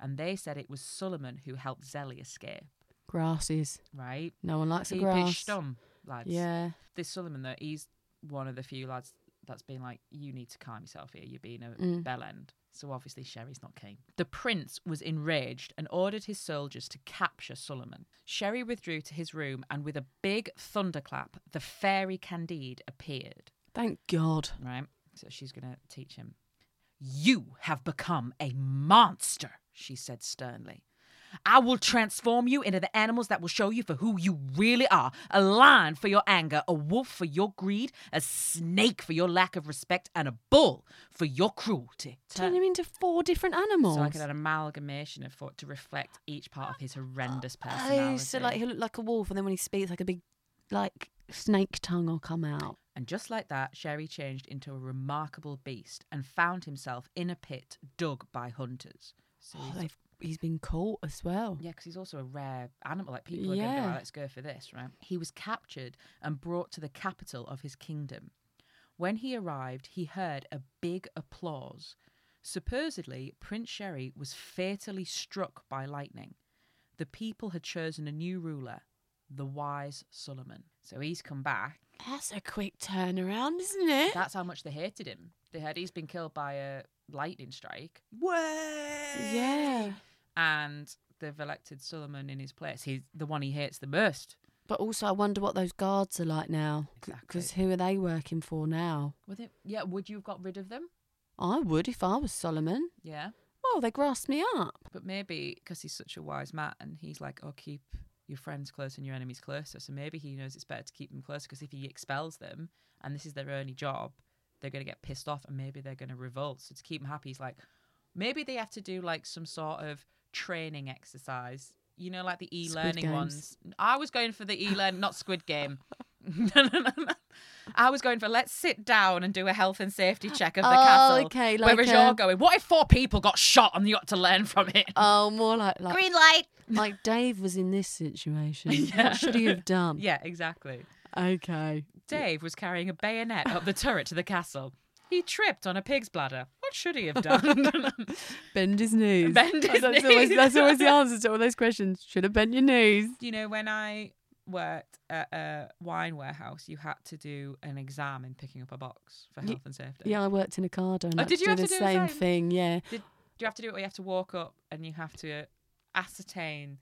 [SPEAKER 1] and they said it was Suleiman who helped Zelly escape.
[SPEAKER 2] Grasses.
[SPEAKER 1] Right?
[SPEAKER 2] No one likes a
[SPEAKER 1] he
[SPEAKER 2] grass.
[SPEAKER 1] pitched on, lads
[SPEAKER 2] Yeah.
[SPEAKER 1] this Solomon though, he's one of the few lads that's been like, you need to calm yourself here. You're being a
[SPEAKER 2] Mm.
[SPEAKER 1] bell end. So obviously Sherry's not keen. The prince was enraged and ordered his soldiers to capture Solomon. Sherry withdrew to his room and with a big thunderclap, the fairy Candide appeared.
[SPEAKER 2] Thank God.
[SPEAKER 1] Right? So she's gonna teach him. You have become a monster, she said sternly. I will transform you into the animals that will show you for who you really are a lion for your anger, a wolf for your greed, a snake for your lack of respect, and a bull for your cruelty.
[SPEAKER 2] Turn him into four different animals.
[SPEAKER 1] so, like an amalgamation of thought to reflect each part of his horrendous personality.
[SPEAKER 2] oh, so like he'll look like a wolf, and then when he speaks, like a big, like snake tongue will come out.
[SPEAKER 1] And just like that, Sherry changed into a remarkable beast and found himself in a pit dug by hunters. So
[SPEAKER 2] Oh,
[SPEAKER 1] he's-
[SPEAKER 2] they've, he's been caught as well.
[SPEAKER 1] yeah, because he's also a rare animal. Like people are going to go,
[SPEAKER 2] Yeah.
[SPEAKER 1] "Oh, let's go for this, right? He was captured and brought to the capital of his kingdom. When he arrived, he heard a big applause. Supposedly, Prince Sherry was fatally struck by lightning. The people had chosen a new ruler, the wise Solomon. So he's come back.
[SPEAKER 2] That's a quick turnaround, isn't it?
[SPEAKER 1] That's how much they hated him. They heard he's been killed by a lightning strike,
[SPEAKER 2] yeah.
[SPEAKER 1] and they've elected Solomon in his place. He's the one he hates the most.
[SPEAKER 2] But also, I wonder what those guards are like now. Because
[SPEAKER 1] Exactly.
[SPEAKER 2] who are they working for now?
[SPEAKER 1] Would it, yeah, would you have got rid of them?
[SPEAKER 2] I would if I was Solomon.
[SPEAKER 1] Yeah.
[SPEAKER 2] Well, they grasped me up.
[SPEAKER 1] But maybe because he's such a wise man and he's like, oh, keep your friends close and your enemies closer. So maybe he knows it's better to keep them closer because if he expels them and this is their only job, they're going to get pissed off and maybe they're going to revolt. So to keep them happy, he's like, maybe they have to do like some sort of training exercise. You know, like the e learning
[SPEAKER 2] Games.
[SPEAKER 1] ones. I was going for the e learn, not Squid Game. no, no, no, no. I was going for let's sit down and do a health and safety check of the
[SPEAKER 2] Oh,
[SPEAKER 1] castle.
[SPEAKER 2] okay,
[SPEAKER 1] Whereas
[SPEAKER 2] like,
[SPEAKER 1] you're
[SPEAKER 2] uh,
[SPEAKER 1] going, what if four people got shot and you got to learn from it?
[SPEAKER 2] Oh, more like like,
[SPEAKER 5] Green light.
[SPEAKER 2] like Dave was in this situation.
[SPEAKER 1] Yeah.
[SPEAKER 2] What should he have done?
[SPEAKER 1] Yeah, exactly.
[SPEAKER 2] Okay.
[SPEAKER 1] Dave was carrying a bayonet up the turret to the castle. He tripped on a pig's bladder. What should he have done?
[SPEAKER 2] Bend his knees.
[SPEAKER 1] Bend his
[SPEAKER 2] that's Always,
[SPEAKER 1] knees.
[SPEAKER 2] that's always the answer to all those questions. Should have bent your knees.
[SPEAKER 1] you know, when I worked at a wine warehouse, you had to do an exam in picking up a box for
[SPEAKER 2] Ye-
[SPEAKER 1] health and safety.
[SPEAKER 2] Yeah, I worked in a car and
[SPEAKER 1] Oh,
[SPEAKER 2] I had
[SPEAKER 1] did
[SPEAKER 2] to
[SPEAKER 1] you
[SPEAKER 2] do
[SPEAKER 1] have
[SPEAKER 2] the
[SPEAKER 1] to do the
[SPEAKER 2] same
[SPEAKER 1] same?
[SPEAKER 2] thing. Yeah.
[SPEAKER 1] Do you have to do it or you have to walk up and you have to ascertain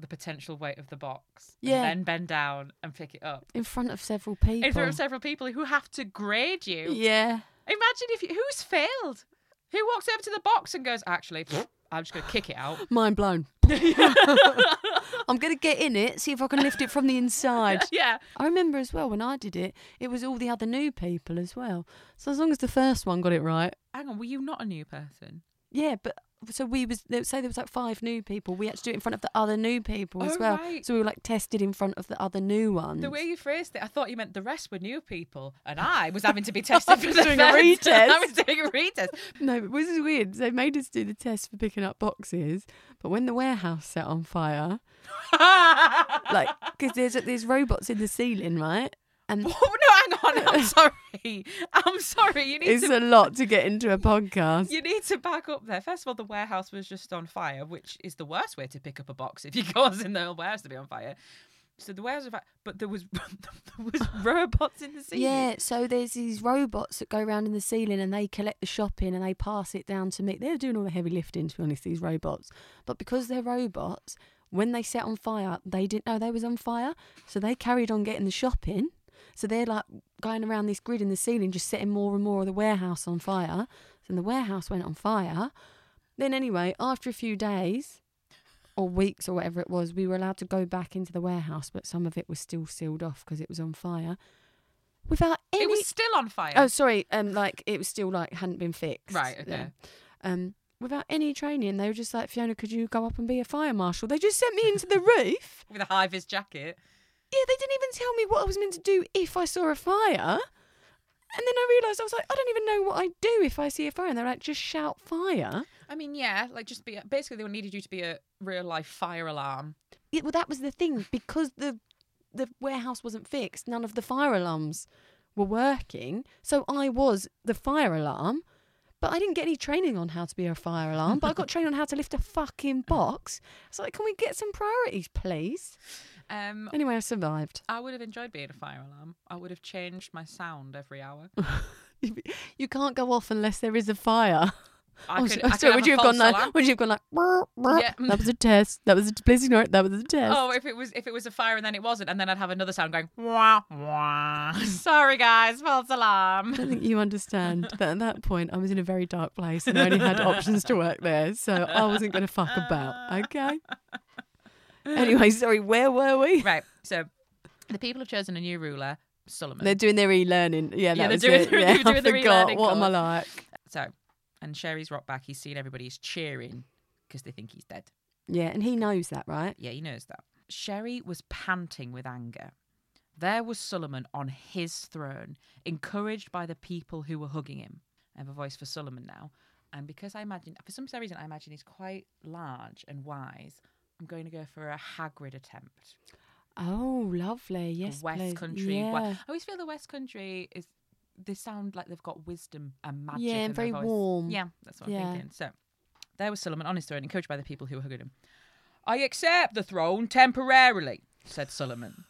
[SPEAKER 1] the potential weight of the box
[SPEAKER 2] Yeah.
[SPEAKER 1] and then bend down and pick it up?
[SPEAKER 2] In front of several people.
[SPEAKER 1] If there are several people who have to grade you,
[SPEAKER 2] yeah.
[SPEAKER 1] Imagine if you, who's failed? Who walks over to the box and goes, actually, pff, I'm just going to kick it out.
[SPEAKER 2] Mind blown. I'm going to get in it, see if I can lift it from the inside.
[SPEAKER 1] yeah.
[SPEAKER 2] I remember as well when I did it, it was all the other new people as well. So as long as the first one got it right,
[SPEAKER 4] Hang on, were you not a new person?
[SPEAKER 2] yeah. But so we was they- say there was like five new people. We had to do it in front of the other new people as
[SPEAKER 1] Oh,
[SPEAKER 2] well.
[SPEAKER 1] right.
[SPEAKER 2] So we were like tested in front of the other new ones.
[SPEAKER 1] The way you phrased it, I thought you meant the rest were new people, and I was having to be tested for
[SPEAKER 2] was
[SPEAKER 1] the
[SPEAKER 2] doing a
[SPEAKER 1] first- I
[SPEAKER 2] retest.
[SPEAKER 1] was doing a retest.
[SPEAKER 2] No, but this is weird. They made us do the test for picking up boxes, but when the warehouse set on fire,
[SPEAKER 1] Oh,
[SPEAKER 2] like because there's there's robots in the ceiling, right? And
[SPEAKER 1] Oh, no, hang on. I'm sorry. I'm sorry. You need
[SPEAKER 2] it's
[SPEAKER 1] to.
[SPEAKER 2] a lot to get into a podcast.
[SPEAKER 1] You need to back up there. First of all, the warehouse was just on fire, which is the worst way to pick up a box if you cause in the whole warehouse to be on fire. So the warehouse was fire, but there was there was robots in the ceiling.
[SPEAKER 2] Yeah, so there's these robots that go around in the ceiling and they collect the shopping and they pass it down to me. They're doing all the heavy lifting, to be honest, these robots. But because they're robots, when they set on fire, they didn't know they was on fire. So they carried on getting the shopping. So they're like going around this grid in the ceiling, just setting more and more of the warehouse on fire. Then the warehouse went on fire. Then anyway, after a few days or weeks or whatever it was, we were allowed to go back into the warehouse, but some of it was still sealed off because it was on fire. Without any,
[SPEAKER 1] it was still on fire.
[SPEAKER 2] oh sorry, um, like it was still like hadn't been fixed.
[SPEAKER 1] Right, okay.
[SPEAKER 2] Yeah. Um, without any training, they were just like Fiona, could you go up and be a fire marshal? They just sent me into the roof.
[SPEAKER 1] with a high vis jacket.
[SPEAKER 2] Yeah, they didn't even tell me what I was meant to do if I saw a fire. And then I realised I was like, I don't even know what I do if I see a fire. And they're like, just shout fire.
[SPEAKER 1] I mean, yeah, like just be basically they needed you to be a real life fire alarm.
[SPEAKER 2] Yeah, well, that was the thing because the the warehouse wasn't fixed. None of the fire alarms were working, so I was the fire alarm. But I didn't get any training on how to be a fire alarm. But I got training on how to lift a fucking box. So like, can we get some priorities, please?
[SPEAKER 1] Um,
[SPEAKER 2] Anyway, I survived.
[SPEAKER 1] I would have enjoyed being a fire alarm. I would have changed my sound every hour.
[SPEAKER 2] You can't go off unless there is a fire.
[SPEAKER 1] I
[SPEAKER 2] Oh,
[SPEAKER 1] could,
[SPEAKER 2] so-
[SPEAKER 1] I
[SPEAKER 2] oh,
[SPEAKER 1] could
[SPEAKER 2] sorry,
[SPEAKER 1] have
[SPEAKER 2] would
[SPEAKER 1] a
[SPEAKER 2] you have
[SPEAKER 1] false
[SPEAKER 2] gone like?
[SPEAKER 1] alarm.
[SPEAKER 2] Would you have gone like? "Brr, brr,
[SPEAKER 1] Yeah.
[SPEAKER 2] That was a test. That was a. Please ignore it. That was a test.
[SPEAKER 1] Oh, if it was if it was a fire and then it wasn't, and then I'd have another sound going wah wah. Sorry guys, false alarm.
[SPEAKER 2] I don't think you understand that at that point I was in a very dark place and I only had options to work there, so I wasn't going to fuck about. Okay. Anyway, sorry, where were we?
[SPEAKER 1] Right, so the people have chosen a new ruler, Solomon.
[SPEAKER 2] They're doing their e-learning. Yeah,
[SPEAKER 1] Yeah,
[SPEAKER 2] that
[SPEAKER 1] they're
[SPEAKER 2] was
[SPEAKER 1] doing
[SPEAKER 2] it.
[SPEAKER 1] their-
[SPEAKER 2] yeah,
[SPEAKER 1] they're doing
[SPEAKER 2] I
[SPEAKER 1] their
[SPEAKER 2] forgot.
[SPEAKER 1] e-learning
[SPEAKER 2] What am I
[SPEAKER 1] course.
[SPEAKER 2] like?
[SPEAKER 1] so, and Sherry's rocked back. He's seen everybody's cheering because they think he's dead.
[SPEAKER 2] Yeah, and he knows that, right?
[SPEAKER 1] Yeah, he knows that. Sherry was panting with anger. There was Solomon on his throne, encouraged by the people who were hugging him. I have a voice for Solomon now. And because I imagine, for some reason, I imagine he's quite large and wise, I'm going to go for a Hagrid attempt.
[SPEAKER 2] Oh, lovely. Yes,
[SPEAKER 1] West
[SPEAKER 2] please.
[SPEAKER 1] Country.
[SPEAKER 2] Yeah,
[SPEAKER 1] wa- I always feel the West Country is, they sound like they've got wisdom and magic.
[SPEAKER 2] yeah,
[SPEAKER 1] in
[SPEAKER 2] and
[SPEAKER 1] their
[SPEAKER 2] very
[SPEAKER 1] voice.
[SPEAKER 2] warm.
[SPEAKER 1] Yeah, that's what
[SPEAKER 2] Yeah.
[SPEAKER 1] I'm thinking. So there was Solomon on his throne, encouraged by the people who were hugging him. I accept the throne temporarily, said Solomon,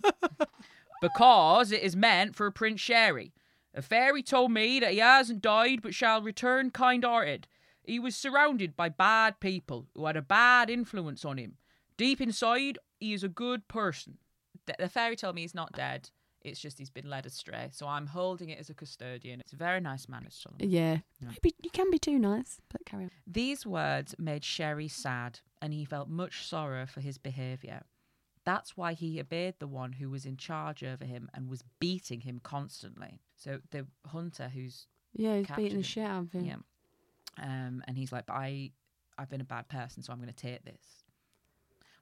[SPEAKER 1] because it is meant for Prince Sherry. A fairy told me that he hasn't died but shall return kind hearted. He was surrounded by bad people who had a bad influence on him. Deep inside, he is a good person. The, the fairy told me he's not dead. It's just he's been led astray. So I'm holding it as a custodian. It's a very nice man, it's Solomon.
[SPEAKER 2] Yeah. Maybe you can be too nice, but carry on.
[SPEAKER 1] These words made Sherry sad, and he felt much sorrow for his behaviour. That's why he obeyed the one who was in charge over him and was beating him constantly. So the hunter who's
[SPEAKER 2] Yeah, he's
[SPEAKER 1] Capture
[SPEAKER 2] beating
[SPEAKER 1] him.
[SPEAKER 2] the shit out of him.
[SPEAKER 1] yeah, um, and he's like, but I, I've been a bad person, so I'm going to take this,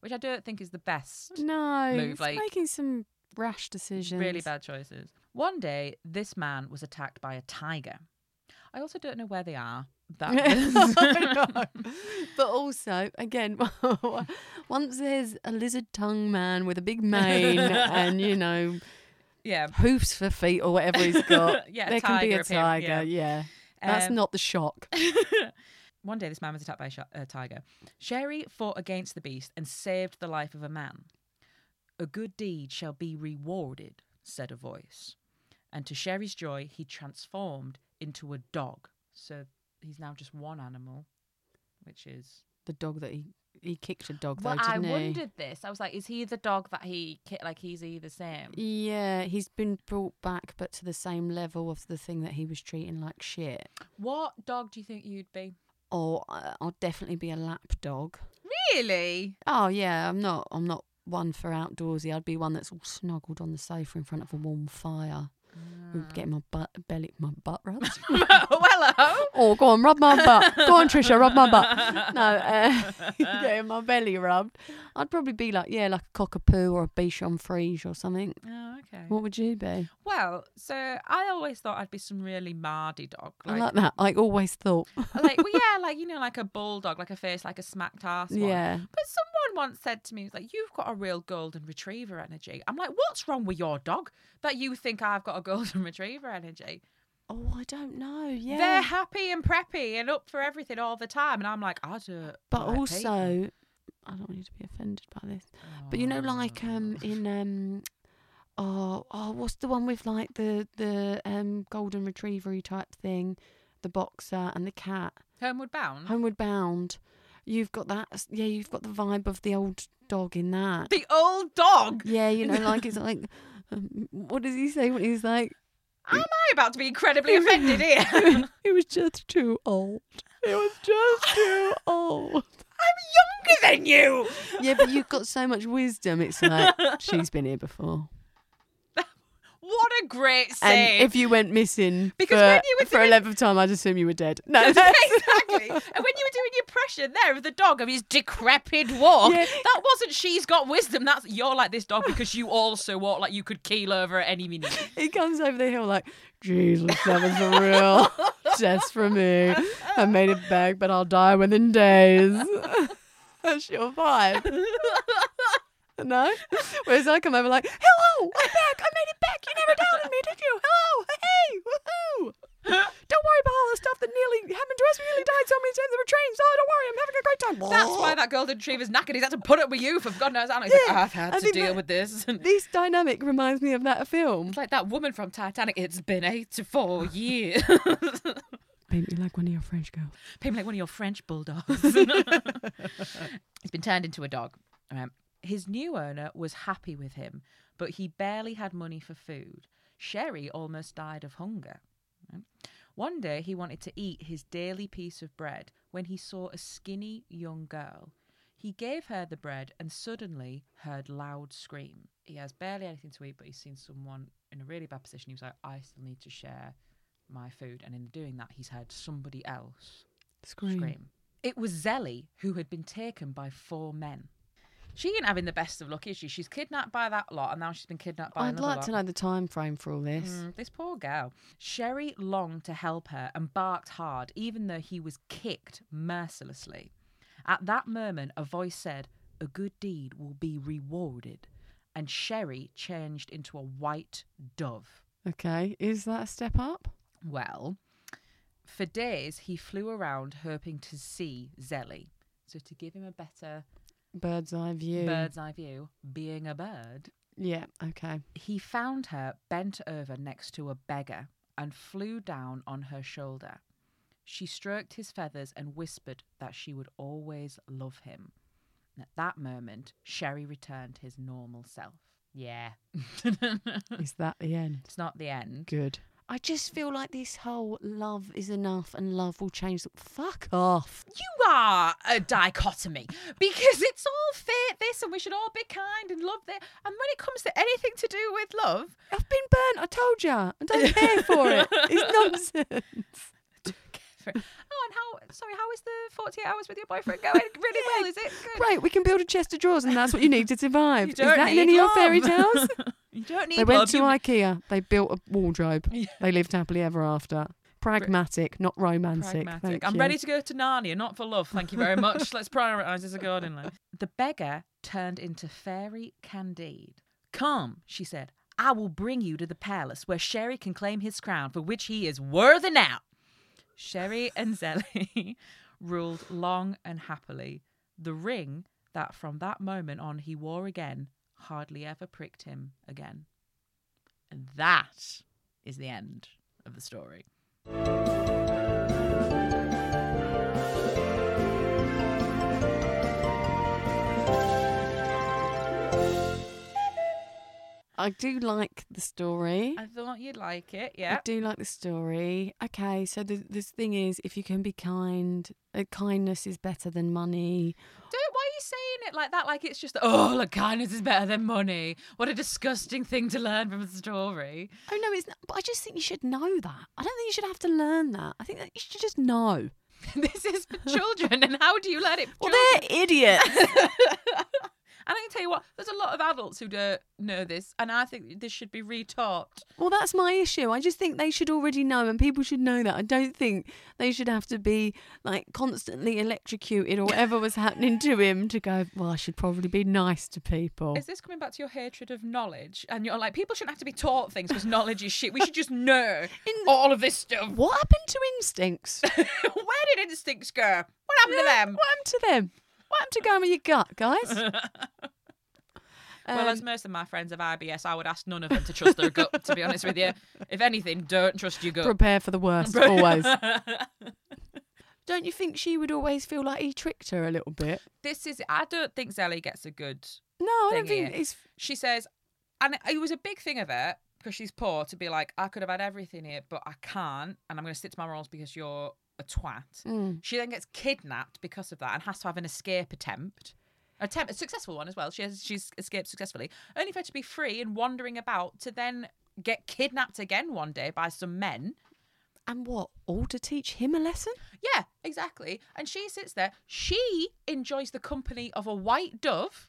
[SPEAKER 1] which I don't think is the best.
[SPEAKER 2] No,
[SPEAKER 1] Move,
[SPEAKER 2] he's
[SPEAKER 1] like-
[SPEAKER 2] making some rash decisions.
[SPEAKER 1] Really bad choices. One day, this man was attacked by a tiger. I also don't know where they are. That
[SPEAKER 2] I know. But also, again, once there's a lizard tongue man with a big mane and, you know,
[SPEAKER 1] yeah,
[SPEAKER 2] hoofs for feet or whatever he's got,
[SPEAKER 1] Yeah, a
[SPEAKER 2] there can be
[SPEAKER 1] tiger
[SPEAKER 2] a
[SPEAKER 1] appearing,
[SPEAKER 2] tiger.
[SPEAKER 1] yeah.
[SPEAKER 2] Yeah. That's
[SPEAKER 1] Um,
[SPEAKER 2] not the shock.
[SPEAKER 1] One day, this man was attacked by a, sh- a tiger. Sherry fought against the beast and saved the life of a man. A good deed shall be rewarded, said a voice. And to Sherry's joy, he transformed into a dog. So he's now just one animal, which is.
[SPEAKER 2] The dog that he, he kicked a dog,
[SPEAKER 1] Well,
[SPEAKER 2] though,
[SPEAKER 1] I
[SPEAKER 2] didn't he?
[SPEAKER 1] wondered this. I was like, is he the dog that he ki- like? He's he the same?
[SPEAKER 2] Yeah, he's been brought back, but to the same level of the thing that he was treating like shit.
[SPEAKER 1] What dog do you think you'd be?
[SPEAKER 2] or I- I'll definitely be a lapdog.
[SPEAKER 1] Really?
[SPEAKER 2] Oh yeah, I'm not. I'm not one for outdoorsy. I'd be one that's all snuggled on the sofa in front of a warm fire. Would Get my butt, belly, my butt rubbed.
[SPEAKER 1] well, hello.
[SPEAKER 2] oh, go on, rub my butt. Go on, Trisha, rub my butt. No, uh, getting my belly rubbed. I'd probably be like, yeah, like a cockapoo or a Bichon Frise or something.
[SPEAKER 1] Oh, okay.
[SPEAKER 2] What would you be?
[SPEAKER 1] Well, so I always thought I'd be some really mardy dog,
[SPEAKER 2] I
[SPEAKER 1] like,
[SPEAKER 2] like that. I always thought.
[SPEAKER 1] like, well, yeah, like you know, like a bulldog, like a face, like a smacked ass. one.
[SPEAKER 2] yeah.
[SPEAKER 1] But someone once said to me, he was like, "You've got a real golden retriever energy." I'm like, "What's wrong with your dog that you think I've got a golden retriever energy?"
[SPEAKER 2] Oh, I don't know. Yeah.
[SPEAKER 1] They're happy and preppy and up for everything all the time, and I'm like, "I do."
[SPEAKER 2] but
[SPEAKER 1] like
[SPEAKER 2] also,
[SPEAKER 1] people."
[SPEAKER 2] I don't want you to be offended by this. But you know, like um in um oh oh what's the one with like the the um golden retrievery type thing, the boxer and the cat,
[SPEAKER 1] Homeward Bound,
[SPEAKER 2] Homeward Bound. You've got that. Yeah, you've got the vibe of the old dog in that.
[SPEAKER 1] the old dog.
[SPEAKER 2] Yeah, you know, like it's like. Um, what does he say when he's like?
[SPEAKER 1] Am I about to be incredibly offended here?
[SPEAKER 2] It was just too old. It was just too old.
[SPEAKER 1] I'm younger than you.
[SPEAKER 2] Yeah, but you've got so much wisdom. It's like she's been here before.
[SPEAKER 1] What a great
[SPEAKER 2] And
[SPEAKER 1] save.
[SPEAKER 2] if you went missing
[SPEAKER 1] Because
[SPEAKER 2] for,
[SPEAKER 1] when you were
[SPEAKER 2] for
[SPEAKER 1] doing-
[SPEAKER 2] eleventh time, I'd assume you were dead. No,
[SPEAKER 1] exactly. And when you were doing your impression there of the dog of his decrepit walk,
[SPEAKER 2] Yeah.
[SPEAKER 1] that wasn't she's got wisdom. That's you're like this dog because you also walk like you could keel over at any minute.
[SPEAKER 2] he comes over the hill like, Jesus, that was a real test for me. I made it back, but I'll die within days. That's your vibe. No? Whereas I come over like, hello, I'm back, I made it back. You never doubted me, did you? Hello, hey, woohoo. Don't worry about all the stuff that nearly happened to us. We nearly died so many times. There were trains. Oh, don't worry, I'm having a great time.
[SPEAKER 1] That's why that golden retriever's knackered. He's had to put up with you for God knows how long. He's
[SPEAKER 2] Oh. Yeah,
[SPEAKER 1] like, I've had
[SPEAKER 2] I
[SPEAKER 1] to
[SPEAKER 2] think
[SPEAKER 1] deal
[SPEAKER 2] that-
[SPEAKER 1] with this. And
[SPEAKER 2] This dynamic reminds me of that film.
[SPEAKER 1] it's like that woman from Titanic. It's been eighty-four years.
[SPEAKER 2] Paint me like one of your French girls.
[SPEAKER 1] People like one of your French bulldogs. He's been turned into a dog. Right. His new owner was happy with him, but he barely had money for food. Sherry almost died of hunger. Right. One day he wanted to eat his daily piece of bread when he saw a skinny young girl. He gave her the bread and suddenly heard loud scream. He has barely anything to eat, but he's seen someone in a really bad position. He was like, I still need to share my food. And in doing that, he's heard somebody else
[SPEAKER 2] Scream.
[SPEAKER 1] scream. It was Zelly who had been taken by four men. She ain't having the best of luck, is she? She's kidnapped by that lot, and now she's been kidnapped by
[SPEAKER 2] I'd
[SPEAKER 1] another
[SPEAKER 2] like
[SPEAKER 1] lot.
[SPEAKER 2] to know the time frame for all this.
[SPEAKER 1] Mm, this poor girl. Sherry longed to help her and barked hard, even though he was kicked mercilessly. At that moment, a voice said, A good deed will be rewarded. And Sherry changed into a white dove.
[SPEAKER 2] Okay, is that a step up?
[SPEAKER 1] Well, for days he flew around hoping to see Zelly. So to give him a better
[SPEAKER 2] Bird's eye view.
[SPEAKER 1] bird's eye view, being a bird,
[SPEAKER 2] Yeah, okay.
[SPEAKER 1] he found her bent over next to a beggar and flew down on her shoulder. She stroked his feathers and whispered that she would always love him. And at that moment, Sherry returned his normal self. Yeah. it's
[SPEAKER 2] Is that the end?
[SPEAKER 1] not the end.
[SPEAKER 2] Good. I just feel like this whole love is enough and love will change. The- Fuck off.
[SPEAKER 1] you are a dichotomy because it's all fate this and we should all be kind and love this and when it comes to anything to do with love
[SPEAKER 2] I've been burnt. I told you. I don't care for it. It's nonsense.
[SPEAKER 1] oh and how sorry how is the 48 hours with your boyfriend going really well is it good
[SPEAKER 2] Great. We can build a chest of drawers, and that's what you need to survive.
[SPEAKER 1] You
[SPEAKER 2] is
[SPEAKER 1] don't
[SPEAKER 2] that in
[SPEAKER 1] need
[SPEAKER 2] any of your
[SPEAKER 1] love.
[SPEAKER 2] fairy tales?
[SPEAKER 1] you don't need
[SPEAKER 2] they went
[SPEAKER 1] love,
[SPEAKER 2] to
[SPEAKER 1] you-
[SPEAKER 2] IKEA. They built a wardrobe. they lived happily ever after. Pragmatic, not romantic.
[SPEAKER 1] pragmatic.
[SPEAKER 2] Thank
[SPEAKER 1] I'm
[SPEAKER 2] you.
[SPEAKER 1] ready to go to Narnia, not for love. Thank you very much. Let's prioritize this accordingly. The beggar turned into fairy Candide. Come, she said. I will bring you to the palace where Sherry can claim his crown, for which he is worthy now. Sherry and Zelly ruled long and happily. The ring that from that moment on he wore again hardly ever pricked him again. And that is the end of the story.
[SPEAKER 2] I I do like the story.
[SPEAKER 1] I thought you'd like it. Yeah.
[SPEAKER 2] I do like the story. Okay, so the the thing is, if you can be kind, uh, kindness is better than money.
[SPEAKER 1] Don't. Why are you saying it like that? Like it's just oh, look, kindness is better than money. What a disgusting thing to learn from a story.
[SPEAKER 2] Oh no, it's not. But I just think you should know that. I don't think you should have to learn that. I think that you should just know.
[SPEAKER 1] this is for children, and how do you learn it? For
[SPEAKER 2] Well,
[SPEAKER 1] children?
[SPEAKER 2] they're idiots.
[SPEAKER 1] And I can tell you what, there's a lot of adults who don't know this, and I think this should be retaught.
[SPEAKER 2] well, that's my issue. I just think they should already know, and people should know that. I don't think they should have to be like constantly electrocuted or whatever was happening to him to go. Well, I should probably be nice to people.
[SPEAKER 1] Is this coming back to your hatred of knowledge? And you're like, people shouldn't have to be taught things because knowledge is shit. We should just know all of this stuff.
[SPEAKER 2] what happened to instincts?
[SPEAKER 1] Where did instincts go? What happened to them?
[SPEAKER 2] What happened to them? What happened to going with your gut, guys? Um,
[SPEAKER 1] well, as most of my friends have IBS, I would ask none of them to trust their gut, to be honest with you. If anything, don't trust your gut.
[SPEAKER 2] Prepare for the worst, always. Don't you think she would always feel like he tricked her a little bit?
[SPEAKER 1] This is, I don't think Zelly gets a good
[SPEAKER 2] No, I don't
[SPEAKER 1] thing
[SPEAKER 2] think
[SPEAKER 1] here.
[SPEAKER 2] it's.
[SPEAKER 1] she says, and it- it was a big thing of it because she's poor to be like, I could have had everything here, but I can't, and I'm going to stick to my morals because you're a twat. She then gets kidnapped because of that and has to have an escape attempt. Attempt, a successful one as well. She has, she's escaped successfully, only for her to be free and wandering about to then get kidnapped again one day by some men.
[SPEAKER 2] And what? All to teach him a lesson?
[SPEAKER 1] Yeah, exactly. And she sits there. She enjoys the company of a white dove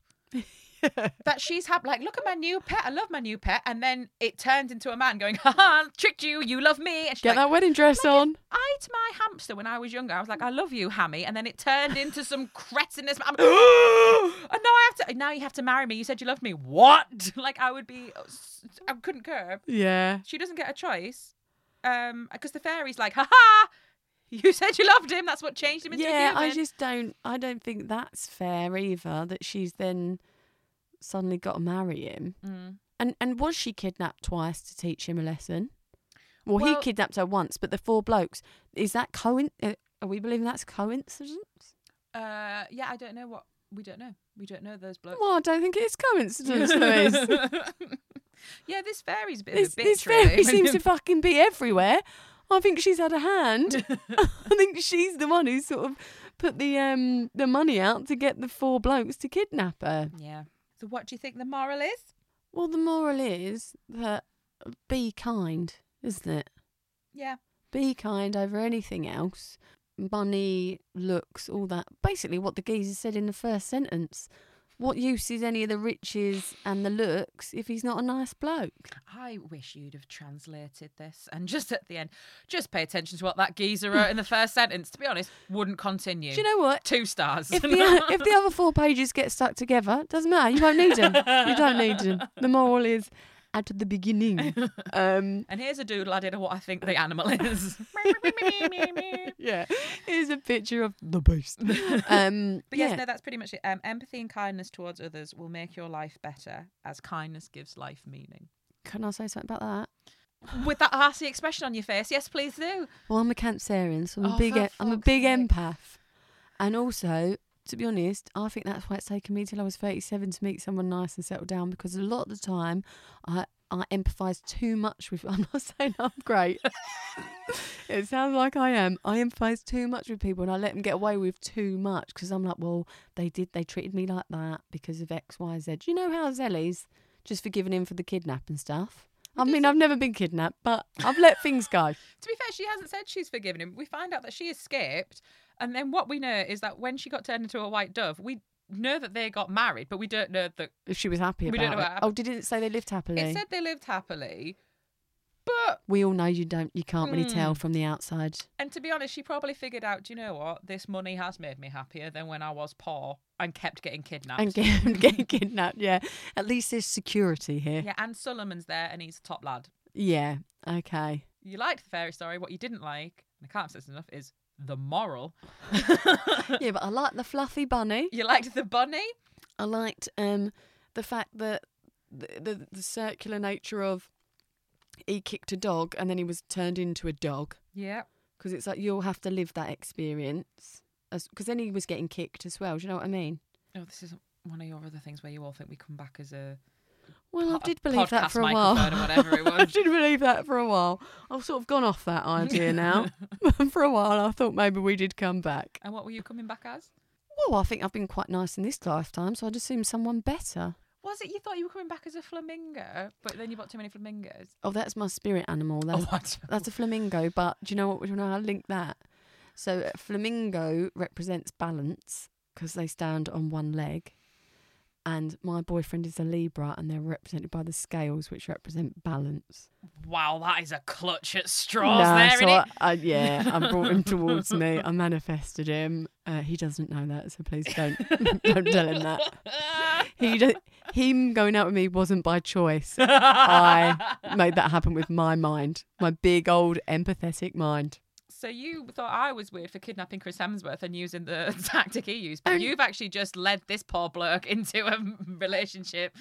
[SPEAKER 1] that she's happy. Like, look at my new pet. I love my new pet. And then it turns into a man going, "Ha ha, tricked you. You love me." And she's
[SPEAKER 2] Get
[SPEAKER 1] like,
[SPEAKER 2] that wedding dress on.
[SPEAKER 1] I to my hamster when I was younger. I was like, "I love you, Hammy," and then it turned into some cretinous. I'm, and now I have to. Now you have to marry me. You said you loved me. What? Like I would be. uh, I couldn't curb
[SPEAKER 2] Yeah.
[SPEAKER 1] she doesn't get a choice um because the fairy's like ha ha you said you loved him that's what changed him into a
[SPEAKER 2] Yeah,
[SPEAKER 1] human
[SPEAKER 2] I just don't. I don't think that's fair either. That she's then suddenly got to marry him.
[SPEAKER 1] Mm.
[SPEAKER 2] And and was she kidnapped twice to teach him a lesson? Well,
[SPEAKER 1] Well-
[SPEAKER 2] he kidnapped her once, but the four blokes. Is that coin? Uh, are we believing that's coincidence?
[SPEAKER 1] uh yeah i don't know what we don't know we don't know those blokes
[SPEAKER 2] Well, I don't think it's coincidence, Louise.
[SPEAKER 1] yeah this fairy's a bit
[SPEAKER 2] this,
[SPEAKER 1] of a bitch
[SPEAKER 2] this
[SPEAKER 1] really.
[SPEAKER 2] fairy seems to fucking be everywhere. I think she's had a hand. I think she's the one who sort of put the um the money out to get the four blokes to kidnap her.
[SPEAKER 1] yeah so what do you think the moral is
[SPEAKER 2] Well, the moral is that be kind, isn't it?
[SPEAKER 1] yeah
[SPEAKER 2] Be kind over anything else. Money, looks, all that. Basically, what the geezer said in the first sentence. What use is any of the riches and the looks if he's not a nice bloke?
[SPEAKER 1] I wish you'd have translated this and just at the end, just pay attention to what that geezer wrote in the first sentence. To be honest, wouldn't continue.
[SPEAKER 2] Do you know what?
[SPEAKER 1] Two stars.
[SPEAKER 2] If the, if the other four pages get stuck together, doesn't matter. You won't need them. You don't need them. The moral is at the beginning. Um,
[SPEAKER 1] and here's a doodle I did of what I think the animal is.
[SPEAKER 2] yeah. Here's a picture of the beast. Um,
[SPEAKER 1] But yes,
[SPEAKER 2] yeah.
[SPEAKER 1] no, that's pretty much it. Um, empathy and kindness towards others will make your life better, as kindness gives life meaning.
[SPEAKER 2] Can I say something about that?
[SPEAKER 1] With that arsey expression on your face, yes, please do.
[SPEAKER 2] Well, I'm a Cancerian, so I'm
[SPEAKER 1] Oh,
[SPEAKER 2] a big,
[SPEAKER 1] for
[SPEAKER 2] em- I'm a
[SPEAKER 1] fuck's
[SPEAKER 2] big
[SPEAKER 1] sake.
[SPEAKER 2] empath, and also, to be honest, I think that's why it's taken me till I was 37 to meet someone nice and settle down. Because a lot of the time, I I empathise too much with. I'm not saying I'm great. it sounds like I am. I empathise too much with people, and I let them get away with too much because I'm like, well, they did, they treated me like that because of X, Y, Z. Do you know how Zelly's just forgiven him for the kidnap and stuff? I mean, I've never been kidnapped, but I've let things go.
[SPEAKER 1] To be fair, she hasn't said she's forgiven him. We find out that she escaped, and then what we know is that when she got turned into a white dove, we know that they got married, but we don't know that
[SPEAKER 2] if she was happy
[SPEAKER 1] We
[SPEAKER 2] about
[SPEAKER 1] don't know
[SPEAKER 2] it.
[SPEAKER 1] what happened.
[SPEAKER 2] Oh, did it say they lived happily?
[SPEAKER 1] it said they lived happily. But
[SPEAKER 2] we all know you don't. You can't really tell
[SPEAKER 1] Hmm.
[SPEAKER 2] from the outside.
[SPEAKER 1] and to be honest, she probably figured out, do you know what? This money has made me happier than when I was poor and kept getting kidnapped.
[SPEAKER 2] And get, get kidnapped. Yeah. At least there's security here.
[SPEAKER 1] yeah, and Solomon's there, and he's a top lad.
[SPEAKER 2] Yeah. Okay.
[SPEAKER 1] you liked the fairy story. What you didn't like, and I can't say this enough, is the moral.
[SPEAKER 2] yeah, but I liked the fluffy bunny.
[SPEAKER 1] You liked the bunny.
[SPEAKER 2] I liked um the fact that the the, the circular nature of he kicked a dog and then he was turned into a dog
[SPEAKER 1] Yeah.
[SPEAKER 2] because it's like you'll have to live that experience because then he was getting kicked as well. Do you know what I mean?
[SPEAKER 1] Oh, this isn't one of your other things where you all think we come back as a
[SPEAKER 2] Well, I
[SPEAKER 1] po-
[SPEAKER 2] did believe that
[SPEAKER 1] podcast
[SPEAKER 2] for a while.
[SPEAKER 1] microphone or whatever it
[SPEAKER 2] I
[SPEAKER 1] was.
[SPEAKER 2] did believe that for a while. I've sort of gone off that idea now. for a while, I thought maybe we did come back.
[SPEAKER 1] and what were you coming back as?
[SPEAKER 2] Well, I think I've been quite nice in this lifetime, so I'd assume someone better.
[SPEAKER 1] Was it you thought you were coming back as a flamingo, but then you bought too many flamingos?
[SPEAKER 2] Oh, that's my spirit animal. That's,
[SPEAKER 1] Oh, what?
[SPEAKER 2] that's a flamingo. But do you know what? Do you know how I link that? So a flamingo represents balance because they stand on one leg. And my boyfriend is a Libra, and they're represented by the scales, which represent balance.
[SPEAKER 1] Wow, that is a clutch at straws there,
[SPEAKER 2] so
[SPEAKER 1] innit?
[SPEAKER 2] I, I, yeah, I brought him towards me. I manifested him. Uh, he doesn't know that, so please don't don't tell him that. He do- him going out with me wasn't by choice. I made that happen with my mind, my big old empathetic mind.
[SPEAKER 1] So you thought I was weird for kidnapping Chris Hemsworth and using the tactic he used, but you've actually just led this poor bloke into a relationship.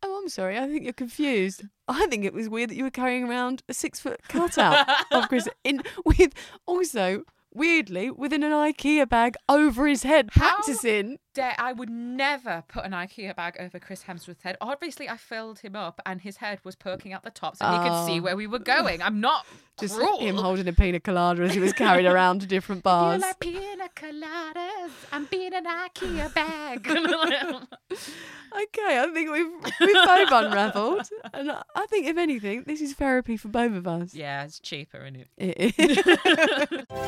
[SPEAKER 2] Oh, I'm sorry. I think you're confused. I think it was weird that you were carrying around a six foot cutout of Chris in with also weirdly within an IKEA bag over his head,
[SPEAKER 1] How
[SPEAKER 2] practicing.
[SPEAKER 1] Dare I would never put an IKEA bag over Chris Hemsworth's head. Obviously, I filled him up, and his head was poking out the top, so he could see
[SPEAKER 2] Oh.
[SPEAKER 1] where we were going. I'm not
[SPEAKER 2] Just
[SPEAKER 1] cruel.
[SPEAKER 2] him holding a pina colada as he was carried around to different bars.
[SPEAKER 1] You like pina coladas? I'm being an IKEA bag.
[SPEAKER 2] Okay, I think we've we've both unravelled, and I- I think if anything, this is therapy for both of us.
[SPEAKER 1] yeah, it's cheaper, isn't it?
[SPEAKER 2] It is.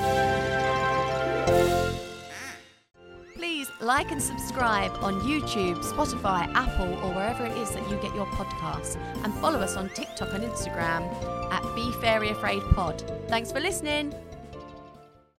[SPEAKER 3] Please like and subscribe on YouTube, Spotify, Apple, or wherever it is that you get your podcasts. And follow us on TikTok and Instagram at Be Fairy Afraid Pod. Thanks for listening.